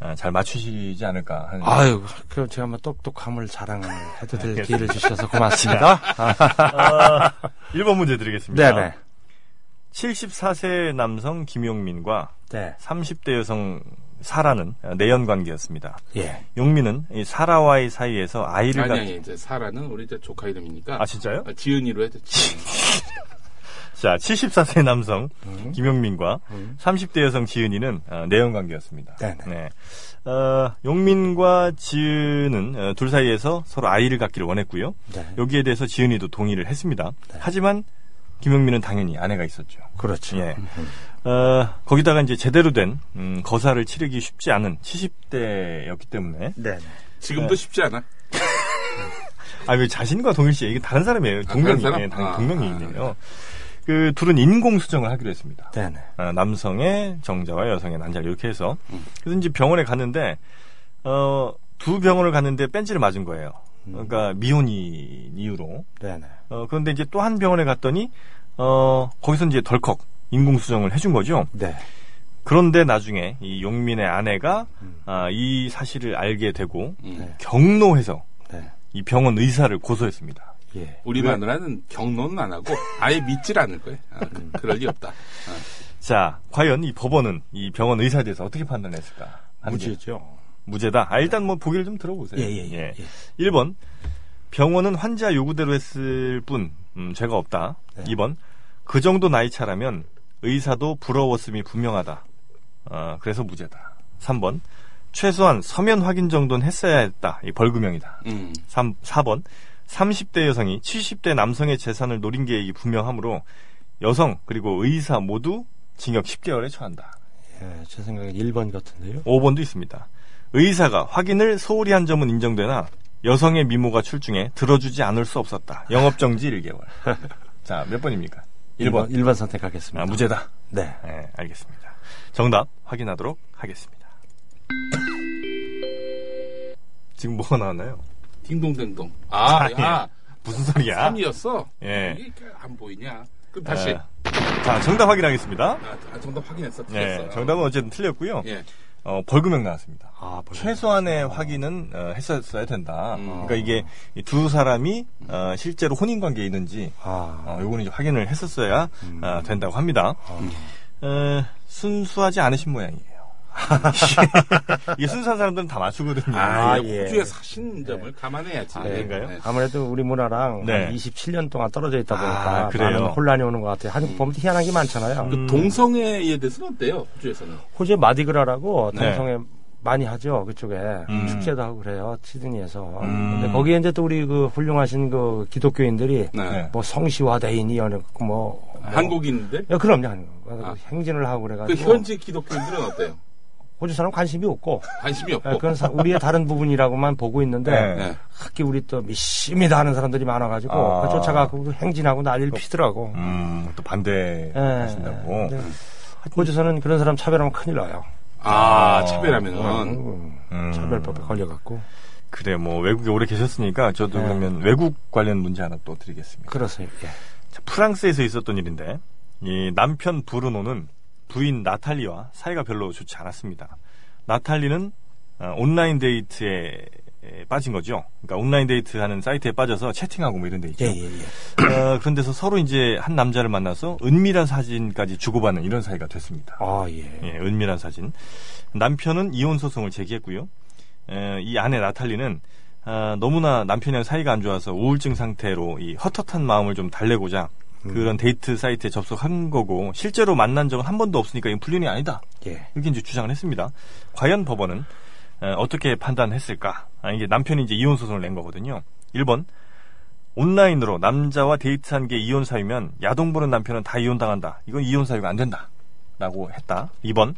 [SPEAKER 2] 아, 잘 맞추시지 않을까 하는.
[SPEAKER 3] 아유, 그럼 제가 뭐 똑똑함을 자랑을 해도 될 기회를 주셔서 고맙습니다.
[SPEAKER 2] 아, 1번 문제 드리겠습니다.
[SPEAKER 3] 네네.
[SPEAKER 2] 74세 남성 김용민과
[SPEAKER 3] 네.
[SPEAKER 2] 30대 여성 사라는 내연 관계였습니다.
[SPEAKER 3] 예.
[SPEAKER 2] 용민은 이 사라와의 사이에서 아이를
[SPEAKER 4] 아니
[SPEAKER 2] 갖.
[SPEAKER 4] 아니 이제 사라는 우리 이제 조카 이름이니까
[SPEAKER 2] 아 진짜요?
[SPEAKER 4] 아, 지은이로 해도 지은.
[SPEAKER 2] 자, 74세 남성
[SPEAKER 3] 음.
[SPEAKER 2] 김용민과 30대 여성 지은이는 어, 내연 관계였습니다.
[SPEAKER 3] 네네.
[SPEAKER 2] 네. 어, 용민과 지은은 어, 둘 사이에서 서로 아이를 갖기를 원했고요.
[SPEAKER 3] 네.
[SPEAKER 2] 여기에 대해서 지은이도 동의를 했습니다. 하지만 김용민은 당연히 아내가 있었죠.
[SPEAKER 3] 그렇죠.
[SPEAKER 2] 예. 어, 거기다가 이제 제대로 된 음, 거사를 치르기 쉽지 않은 70대였기 때문에
[SPEAKER 3] 네네.
[SPEAKER 4] 지금도 쉽지 않아.
[SPEAKER 2] 아, 왜 자신과 동일시 이게 다른 사람이에요. 동명이인,
[SPEAKER 4] 사람?
[SPEAKER 2] 예,
[SPEAKER 4] 아,
[SPEAKER 2] 동명이인이에요. 그 둘은 인공 수정을 하기로 했습니다.
[SPEAKER 3] 네네.
[SPEAKER 2] 아, 남성의 정자와 여성의 난자 이렇게 해서
[SPEAKER 4] 음.
[SPEAKER 2] 그래서 이제 병원에 갔는데 어, 두 병원을 갔는데 뺀지를 맞은 거예요.
[SPEAKER 4] 음.
[SPEAKER 2] 그러니까 미혼인 이유로.
[SPEAKER 3] 네네.
[SPEAKER 2] 어, 그런데 이제 또 한 병원에 갔더니 어, 거기서 이제 덜컥 인공 수정을 해준 거죠.
[SPEAKER 3] 네.
[SPEAKER 2] 그런데 나중에 이 용민의 아내가 아, 이 사실을 알게 되고
[SPEAKER 4] 음.
[SPEAKER 2] 경로해서
[SPEAKER 3] 네.
[SPEAKER 2] 이 병원 의사를 고소했습니다.
[SPEAKER 3] 예.
[SPEAKER 4] 우리
[SPEAKER 2] 왜?
[SPEAKER 4] 마누라는 경로는 안 하고 아예 믿질 않을 거예요. 아,
[SPEAKER 2] 음.
[SPEAKER 4] 그, 그럴 리 없다.
[SPEAKER 2] 자, 과연 이 법원은 이 병원 의사에 대해서 어떻게 판단했을까? 하는 게
[SPEAKER 3] 무죄죠.
[SPEAKER 2] 무죄다. 아, 일단 뭐 보기를 좀 들어보세요.
[SPEAKER 3] 예, 예, 예,
[SPEAKER 2] 1번 병원은 환자 요구대로 했을 뿐 음, 죄가 없다.
[SPEAKER 3] 네.
[SPEAKER 2] 2번 그 정도 나이 차라면 의사도 부러웠음이 분명하다. 어, 그래서 무죄다. 3번. 최소한 서면 확인 정도는 했어야 했다. 이 벌금형이다.
[SPEAKER 4] 음.
[SPEAKER 2] 3, 4번. 30대 여성이 70대 남성의 재산을 노린 계획이 분명하므로 여성 그리고 의사 모두 징역 10개월에 처한다.
[SPEAKER 3] 예, 제 생각엔 1번 같은데요.
[SPEAKER 2] 5번도 있습니다. 의사가 확인을 소홀히 한 점은 인정되나 여성의 미모가 출중해 들어주지 않을 수 없었다. 영업정지 1개월. 자, 몇 번입니까? 1번.
[SPEAKER 3] 1번 선택하겠습니다.
[SPEAKER 2] 아, 무죄다.
[SPEAKER 3] 네.
[SPEAKER 2] 네, 알겠습니다. 정답 확인하도록 하겠습니다. 지금 뭐가 나왔나요?
[SPEAKER 4] 딩동댕동. 아,
[SPEAKER 2] 아니에요.
[SPEAKER 4] 야.
[SPEAKER 2] 무슨 소리야?
[SPEAKER 4] 3이었어?
[SPEAKER 2] 예.
[SPEAKER 4] 이게 안 보이냐? 그럼 다시.
[SPEAKER 2] 예. 자, 정답 확인하겠습니다.
[SPEAKER 4] 아, 아, 정답 확인했어. 틀렸어.
[SPEAKER 2] 네, 정답은 어쨌든 틀렸고요.
[SPEAKER 4] 예.
[SPEAKER 2] 어, 벌금형 나왔습니다.
[SPEAKER 3] 아, 벌써.
[SPEAKER 2] 최소한의 확인은 어, 했었어야 된다.
[SPEAKER 4] 음.
[SPEAKER 2] 그러니까 이게 이두 사람이 어, 실제로 혼인 관계에 있는지
[SPEAKER 3] 아,
[SPEAKER 2] 어, 요거는 이제 확인을 했었어야 어, 된다고 합니다. 어, 순수하지 않으신 모양이에요. 이게 순수한 사람들은 다 맞추거든요.
[SPEAKER 4] 아,
[SPEAKER 3] 아, 예.
[SPEAKER 4] 예. 호주에 사신 점을
[SPEAKER 2] 네.
[SPEAKER 4] 감안해야지.
[SPEAKER 2] 그런가요?
[SPEAKER 4] 네.
[SPEAKER 3] 아무래도 우리 문화랑
[SPEAKER 2] 네.
[SPEAKER 3] 한 27년 동안 떨어져 있다
[SPEAKER 2] 아,
[SPEAKER 3] 보니까
[SPEAKER 2] 그래요?
[SPEAKER 3] 많은 혼란이 오는 것 같아요. 한국 보면 희한한 게 많잖아요.
[SPEAKER 4] 그
[SPEAKER 2] 음.
[SPEAKER 4] 동성애에 대해서는 어때요? 호주에서는.
[SPEAKER 3] 호주에 마디그라라고
[SPEAKER 2] 네.
[SPEAKER 3] 동성애 많이 하죠 그쪽에
[SPEAKER 2] 음.
[SPEAKER 3] 축제도 하고 그래요 시드니에서
[SPEAKER 2] 음.
[SPEAKER 3] 근데 거기에 이제 또 우리 그 훌륭하신 그 기독교인들이
[SPEAKER 2] 네.
[SPEAKER 3] 뭐 성시와 대인이 연애 뭐, 뭐
[SPEAKER 4] 한국인인데?
[SPEAKER 3] 야, 그럼요 아니,
[SPEAKER 4] 아.
[SPEAKER 3] 행진을 하고
[SPEAKER 2] 뭐.
[SPEAKER 4] 그
[SPEAKER 3] 그래가지고
[SPEAKER 4] 현지 기독교인들은 어때요?
[SPEAKER 3] 호주 사람 관심이 없고
[SPEAKER 4] 관심이
[SPEAKER 3] 예,
[SPEAKER 2] 아,
[SPEAKER 4] 없고.
[SPEAKER 3] 그건 사- 우리의 다른 부분이라고만 보고 있는데
[SPEAKER 2] 네.
[SPEAKER 4] 예.
[SPEAKER 3] 특히 우리 또 미심이다 하는 사람들이 많아가지고
[SPEAKER 2] 아.
[SPEAKER 3] 그걸 쫓아가고 그 행진하고 난리를 피더라고
[SPEAKER 2] 음, 또
[SPEAKER 3] 예,
[SPEAKER 2] 반대하신다고.
[SPEAKER 3] 예. 호주에서는 그런 사람 차별하면 큰일 나요
[SPEAKER 4] 아, 차별하면은.
[SPEAKER 3] 음,
[SPEAKER 2] 음.
[SPEAKER 3] 차별법에 걸려갖고
[SPEAKER 2] 그래, 뭐 외국에 오래 계셨으니까 저도
[SPEAKER 3] 네.
[SPEAKER 2] 그러면 외국 관련 문제 하나 또 드리겠습니다.
[SPEAKER 3] 그렇습니다 예.
[SPEAKER 2] 자, 프랑스에서 있었던 일인데 이 남편 브루노는 부인 나탈리와 사이가 별로 좋지 않았습니다. 나탈리는 어, 온라인 데이트에 에, 빠진 거죠. 그러니까 온라인 데이트 하는 사이트에 빠져서 채팅하고 뭐 이런 데 있죠.
[SPEAKER 3] 예, 예, 예.
[SPEAKER 2] 어, 그런 데서 서로 이제 한 남자를 만나서 은밀한 사진까지 주고받는 이런 사이가 됐습니다.
[SPEAKER 3] 아, 예.
[SPEAKER 2] 예, 은밀한 사진. 남편은 이혼 소송을 제기했고요. 에, 이 아내 나탈리는 아, 너무나 남편이랑 사이가 안 좋아서 우울증 상태로 이 헛헛한 마음을 좀 달래고자 그런 데이트 사이트에 접속한 거고 실제로 만난 적은 한 번도 없으니까 이건 불륜이 아니다.
[SPEAKER 3] 예.
[SPEAKER 2] 이렇게 이제 주장을 했습니다. 과연 법원은 에, 어떻게 판단했을까? 아, 이게 남편이 이제 이혼 소송을 낸 거거든요. 1번 온라인으로 남자와 데이트한 게 이혼 사유면 야동 보는 남편은 다 이혼당한다. 이건 이혼 사유가 안 된다. 라고 했다. 2번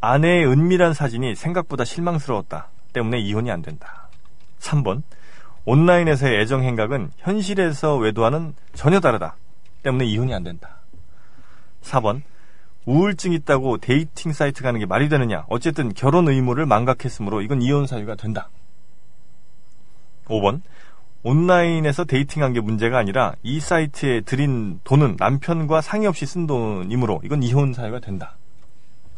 [SPEAKER 2] 아내의 은밀한 사진이 생각보다 실망스러웠다. 때문에 이혼이 안 된다. 3번 온라인에서의 애정 행각은 현실에서 외도와는 전혀 다르다. 때문에 이혼이 안 된다. 4번 우울증 있다고 데이팅 사이트 가는 게 말이 되느냐. 어쨌든 결혼 의무를 망각했으므로 이건 이혼 사유가 된다. 5번. 온라인에서 데이팅한 게 문제가 아니라 이 사이트에 들인 돈은 남편과 상의 없이 쓴 돈이므로 이건 이혼 사유가 된다.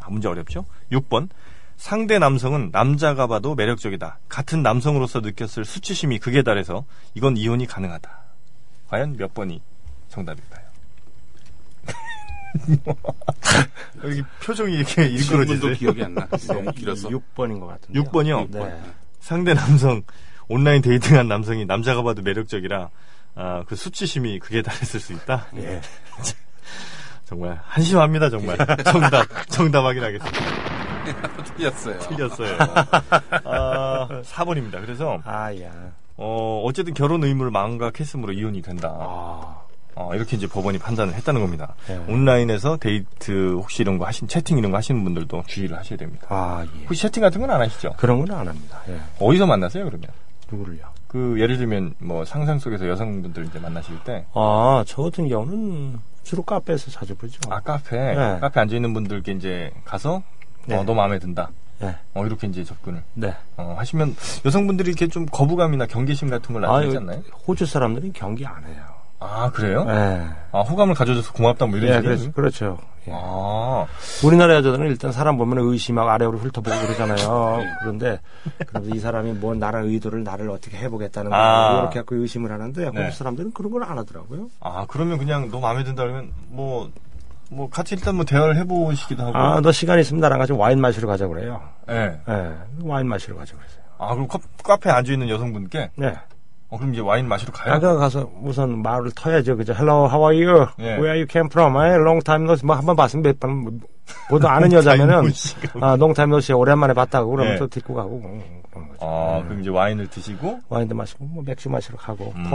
[SPEAKER 2] 아, 문제 어렵죠? 6번. 상대 남성은 남자가 봐도 매력적이다. 같은 남성으로서 느꼈을 수치심이 극에 달해서 이건 이혼이 가능하다. 과연 몇 번이 정답일까요? 여기 표정이 이렇게
[SPEAKER 4] 질문도
[SPEAKER 2] 일그러지세요.
[SPEAKER 4] 기억이 안 나. 너무 길어서.
[SPEAKER 3] 6번인 것 같은데.
[SPEAKER 2] 6번이요?
[SPEAKER 3] 네.
[SPEAKER 2] 상대 남성 온라인 데이팅한 남성이 남자가 봐도 매력적이라 아, 그 수치심이 극에 달했을 수 있다.
[SPEAKER 3] 예.
[SPEAKER 2] 정말 한심합니다 정말. 정답 정답 확인하겠습니다.
[SPEAKER 4] 틀렸어요.
[SPEAKER 2] 틀렸어요. 아, 4번입니다. 그래서
[SPEAKER 3] 아, 야.
[SPEAKER 2] 어, 어쨌든 결혼 의무를 망각했으므로 이혼이 된다.
[SPEAKER 3] 아.
[SPEAKER 2] 어, 이렇게 이제 법원이 판단을 했다는 겁니다.
[SPEAKER 3] 네.
[SPEAKER 2] 온라인에서 데이트 혹시 이런 거 하신 채팅 이런 거 하시는 분들도 주의를 하셔야 됩니다.
[SPEAKER 3] 아, 예.
[SPEAKER 2] 혹시 채팅 같은 건 안 하시죠?
[SPEAKER 3] 그런 건 안 합니다. 예.
[SPEAKER 2] 어디서 만나세요 그러면?
[SPEAKER 3] 누구를요?
[SPEAKER 2] 그 예를 들면 뭐 상상 속에서 여성분들 이제 만나실 때
[SPEAKER 3] 아, 저 같은 경우는 주로 카페에서 자주 보죠.
[SPEAKER 2] 아 카페
[SPEAKER 3] 네.
[SPEAKER 2] 카페 앉아 있는 분들께 이제 가서
[SPEAKER 3] 네.
[SPEAKER 2] 어, 너 마음에 든다.
[SPEAKER 3] 네.
[SPEAKER 2] 어 이렇게 이제 접근을
[SPEAKER 3] 네.
[SPEAKER 2] 어, 하시면 여성분들이 이렇게 좀 거부감이나 경계심 같은 걸
[SPEAKER 3] 아,
[SPEAKER 2] 나타내지 않나요?
[SPEAKER 3] 호주 사람들은 경기 안 해요.
[SPEAKER 2] 아 그래요?
[SPEAKER 3] 예.
[SPEAKER 2] 아 호감을 가져줘서 고맙다 뭐 이런
[SPEAKER 3] 예,
[SPEAKER 2] 식이에요?
[SPEAKER 3] 그래서, 그렇죠. 예.
[SPEAKER 2] 아
[SPEAKER 3] 우리나라 여자들은 일단 사람 보면 의심하고 아래로 훑어보고 그러잖아요. 그런데 그래도 이 사람이 뭔 나라 의도를 나를 어떻게 해보겠다는 거
[SPEAKER 2] 아.
[SPEAKER 3] 이렇게 갖고 의심을 하는데
[SPEAKER 2] 네.
[SPEAKER 3] 호주 사람들은 그런 걸 안 하더라고요.
[SPEAKER 2] 아 그러면 그냥 너 마음에 든다 그러면 뭐 뭐 같이 일단 뭐 대화를 해보시기도 하고
[SPEAKER 3] 아, 너 시간 있으면 나랑 같이 와인 마시러 가자 그래요.
[SPEAKER 2] 예.
[SPEAKER 3] 예, 와인 네. 마시러 가자 그랬어요.
[SPEAKER 2] 아 그리고 컵- 카페에 앉아 있는 여성분께
[SPEAKER 3] 네.
[SPEAKER 2] 어, 그럼 이제 와인 마시러 가요?
[SPEAKER 3] 아까 가서 우선 말을 터야죠. 그죠? Hello, how are you?
[SPEAKER 2] 예.
[SPEAKER 3] Where you came from? 에? Long time no see. 뭐 한 번 봤으면 몇 번, 보통 아는 여자면은, 아, long time no see. 오랜만에 봤다고 그러면
[SPEAKER 2] 예.
[SPEAKER 3] 또 데리고 가고, 음, 그런 거죠.
[SPEAKER 2] 아, 그럼 이제 와인을 드시고
[SPEAKER 3] 와인도 마시고, 뭐 맥주 마시러 가고,
[SPEAKER 2] 음,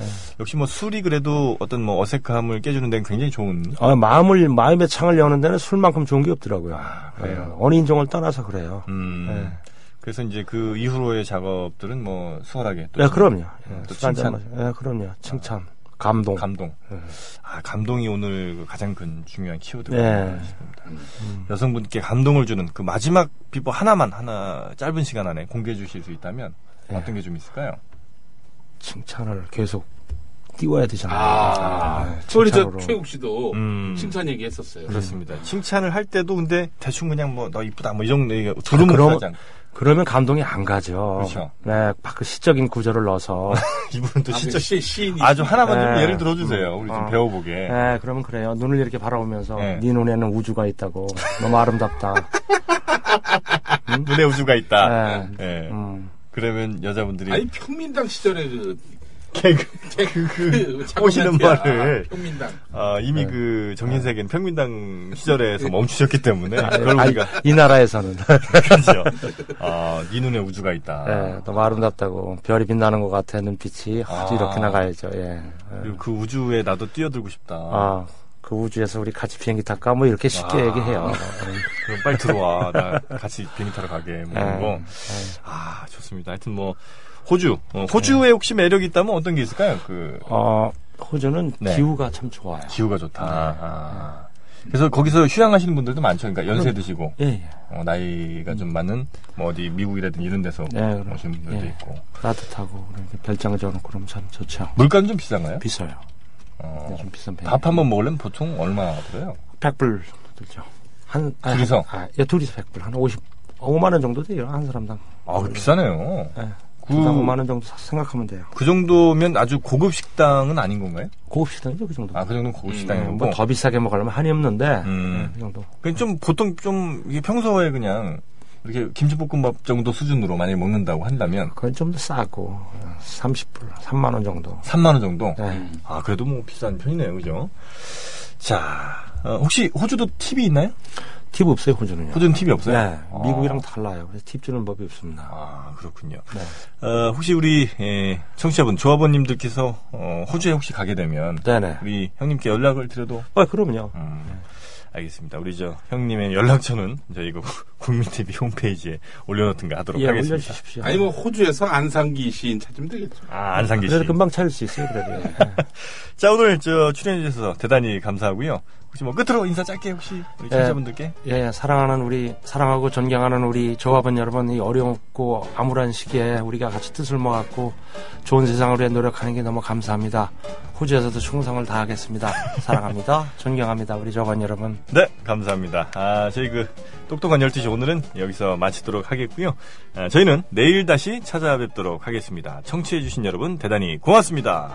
[SPEAKER 3] 펍에.
[SPEAKER 2] 역시 뭐 술이 그래도 어떤 뭐 어색함을 깨주는 데는 굉장히 좋은.
[SPEAKER 3] 아, 마음을, 마음의 창을 여는 데는 술만큼 좋은 게 없더라고요.
[SPEAKER 2] 아, 그래요?
[SPEAKER 3] 어, 어느 인종을 떠나서 그래요.
[SPEAKER 2] 음.
[SPEAKER 3] 네.
[SPEAKER 2] 그래서 이제 그 이후로의 작업들은 뭐 수월하게. 또
[SPEAKER 3] 네, 그럼요. 예,
[SPEAKER 2] 또
[SPEAKER 3] 술 한잔 네.
[SPEAKER 2] 칭찬.
[SPEAKER 3] 마시- 예, 그럼요. 칭찬. 감동.
[SPEAKER 2] 감동. 아, 감동이 오늘 그 가장 큰 중요한 키워드가
[SPEAKER 3] 예.
[SPEAKER 2] 있습니다. 여성분께 감동을 주는 그 마지막 비법 하나만 하나 짧은 시간 안에 공개해 주실 수 있다면
[SPEAKER 3] 네.
[SPEAKER 2] 어떤 게 좀 있을까요?
[SPEAKER 3] 칭찬을 계속 띄워야 되잖아요.
[SPEAKER 4] 아,
[SPEAKER 3] 예,
[SPEAKER 4] 우리 저
[SPEAKER 3] 칭찬으로.
[SPEAKER 4] 최욱 씨도
[SPEAKER 3] 어,
[SPEAKER 2] 음.
[SPEAKER 4] 칭찬 얘기했었어요.
[SPEAKER 2] 그렇습니다. 칭찬을 할 때도 근데 대충 그냥 뭐 너 이쁘다 뭐 이 정도 얘기가 두루뭉
[SPEAKER 3] 아, 그럼-
[SPEAKER 2] 하지 않고
[SPEAKER 3] 그러면 감동이 안 가죠.
[SPEAKER 2] 그렇죠.
[SPEAKER 3] 네, 밖에 시적인 구절을 넣어서.
[SPEAKER 2] 이분은 또
[SPEAKER 4] 아,
[SPEAKER 2] 진짜
[SPEAKER 4] 시, 시인이.
[SPEAKER 2] 아주 하나만 좀
[SPEAKER 3] 네.
[SPEAKER 2] 예를 들어 주세요. 우리 좀
[SPEAKER 3] 어.
[SPEAKER 2] 배워보게.
[SPEAKER 3] 네, 그러면 그래요. 눈을 이렇게 바라보면서
[SPEAKER 2] 네.
[SPEAKER 3] 네, 눈에는 우주가 있다고. 너무 아름답다.
[SPEAKER 2] 눈에 음? 우주가 있다.
[SPEAKER 3] 네.
[SPEAKER 2] 예.
[SPEAKER 3] 음.
[SPEAKER 2] 그러면 여자분들이
[SPEAKER 4] 아니 평민당 시절에 그
[SPEAKER 2] 네. 개그
[SPEAKER 4] 그
[SPEAKER 2] 꼬시는
[SPEAKER 4] 장관한테야.
[SPEAKER 2] 말을.
[SPEAKER 4] 평민당.
[SPEAKER 2] 아, 이미
[SPEAKER 3] 네.
[SPEAKER 2] 그 정인색은 평민당 시절에서 멈추셨기 때문에 그걸
[SPEAKER 3] 아니,
[SPEAKER 2] 우리가
[SPEAKER 3] 이 나라에서는
[SPEAKER 2] 그렇죠. 아, 네 눈에 우주가 있다.
[SPEAKER 3] 네, 너무 아름답다고 별이 빛나는 것 같아 눈빛이 아주
[SPEAKER 2] 아.
[SPEAKER 3] 이렇게 나가야죠. 예. 예.
[SPEAKER 2] 그리고 그 우주에 나도 뛰어들고 싶다.
[SPEAKER 3] 아, 그 우주에서 우리 같이 비행기 탈까? 뭐 이렇게 쉽게
[SPEAKER 2] 아.
[SPEAKER 3] 얘기해요.
[SPEAKER 2] 그럼 빨리 들어와. 나 같이 비행기 타러 가게. 뭐 이런
[SPEAKER 3] 예.
[SPEAKER 2] 거. 아, 좋습니다. 하여튼 뭐 호주. 어,
[SPEAKER 3] 네.
[SPEAKER 2] 호주에 혹시 매력이 있다면 어떤 게 있을까요? 그
[SPEAKER 3] 어, 호주는
[SPEAKER 2] 네.
[SPEAKER 3] 기후가 참 좋아요.
[SPEAKER 2] 기후가 좋다. 아. 그래서 거기서 휴양하시는 분들도 많죠. 그러니까 연세 드시고
[SPEAKER 3] 예, 예.
[SPEAKER 2] 어, 나이가 좀 많은 뭐 어디 미국이라든지 이런 데서
[SPEAKER 3] 음. 네, 그럼.
[SPEAKER 2] 오시는 분들도
[SPEAKER 3] 예.
[SPEAKER 2] 있고
[SPEAKER 3] 따뜻하고 이렇게 별장 지어놓고 그러면 참 좋죠.
[SPEAKER 2] 물가는 좀 비싼가요?
[SPEAKER 3] 비싸요.
[SPEAKER 2] 어,
[SPEAKER 3] 네, 좀 비싼 편이에요.
[SPEAKER 2] 밥 한 번 먹으려면 보통 얼마 들어요?
[SPEAKER 3] 100불 정도 들죠. 한, 아,
[SPEAKER 2] 둘이서?
[SPEAKER 3] 아, 예, 둘이서 100불. 한 50, 5만 원 정도 돼요. 한 사람당.
[SPEAKER 2] 아, 그 비싸네요.
[SPEAKER 3] 예.
[SPEAKER 2] 그,
[SPEAKER 3] 두당 5만 원 정도 사- 생각하면 돼요.
[SPEAKER 2] 그 정도면 아주 고급 식당은 아닌 건가요?
[SPEAKER 3] 고급 식당이죠, 그 정도.
[SPEAKER 2] 아, 그 정도는 고급
[SPEAKER 3] 예,
[SPEAKER 2] 식당이고.
[SPEAKER 3] 뭐더 비싸게 먹으려면 한이 없는데,
[SPEAKER 2] 음.
[SPEAKER 3] 예, 그 정도.
[SPEAKER 2] 그냥 좀 보통 좀 이게 평소에 그냥 이렇게 김치볶음밥 정도 수준으로 만약에 먹는다고 한다면
[SPEAKER 3] 그건 좀 더 싸고, 30불, 3만 원 정도.
[SPEAKER 2] 3만 원 정도.
[SPEAKER 3] 네.
[SPEAKER 2] 아, 그래도 뭐 비싼 편이네요. 그죠? 자, 어, 혹시 호주도 팁이 있나요?
[SPEAKER 3] 팁 없어요, 호주는요.
[SPEAKER 2] 호주는 팁이 없어요?
[SPEAKER 3] 네,
[SPEAKER 2] 아.
[SPEAKER 3] 미국이랑 달라요. 그래서 팁 주는 법이 없습니다.
[SPEAKER 2] 아, 그렇군요.
[SPEAKER 3] 네.
[SPEAKER 2] 어, 혹시 우리 예, 청취자분, 조합원님들께서 어, 호주에 혹시 가게 되면
[SPEAKER 3] 네네.
[SPEAKER 2] 우리 형님께 연락을 드려도
[SPEAKER 3] 아, 그럼요.
[SPEAKER 2] 음, 알겠습니다. 우리 저 형님의 연락처는 저희가 그 국민 TV 홈페이지에 올려놓든가 하도록
[SPEAKER 3] 예,
[SPEAKER 2] 하겠습니다.
[SPEAKER 3] 올려주십시오.
[SPEAKER 4] 아니 뭐 호주에서 안상기 시인 찾으면 되겠죠.
[SPEAKER 2] 아, 안상기 씨.
[SPEAKER 3] 그래도 금방 찾을 수 있어요, 그래도. 예.
[SPEAKER 2] 자, 오늘 저 출연해 주셔서 대단히 감사하고요. 혹시 뭐 끝으로 인사 짧게 혹시
[SPEAKER 3] 네.
[SPEAKER 2] 우리 청취자분들께
[SPEAKER 3] 예, 사랑하는 우리, 사랑하고 존경하는 우리 조합원 여러분, 이 어렵고 암울한 시기에 우리가 같이 뜻을 모았고 좋은 세상을 위해 노력하는 게 너무 감사합니다. 호주에서도 충성을 다하겠습니다. 사랑합니다. 존경합니다. 우리 조합원 여러분.
[SPEAKER 2] 네, 감사합니다. 아, 저희 그 똑똑한 12시 오늘은 여기서 마치도록 하겠고요. 아, 저희는 내일 다시 찾아뵙도록 하겠습니다. 청취해 주신 여러분 대단히 고맙습니다.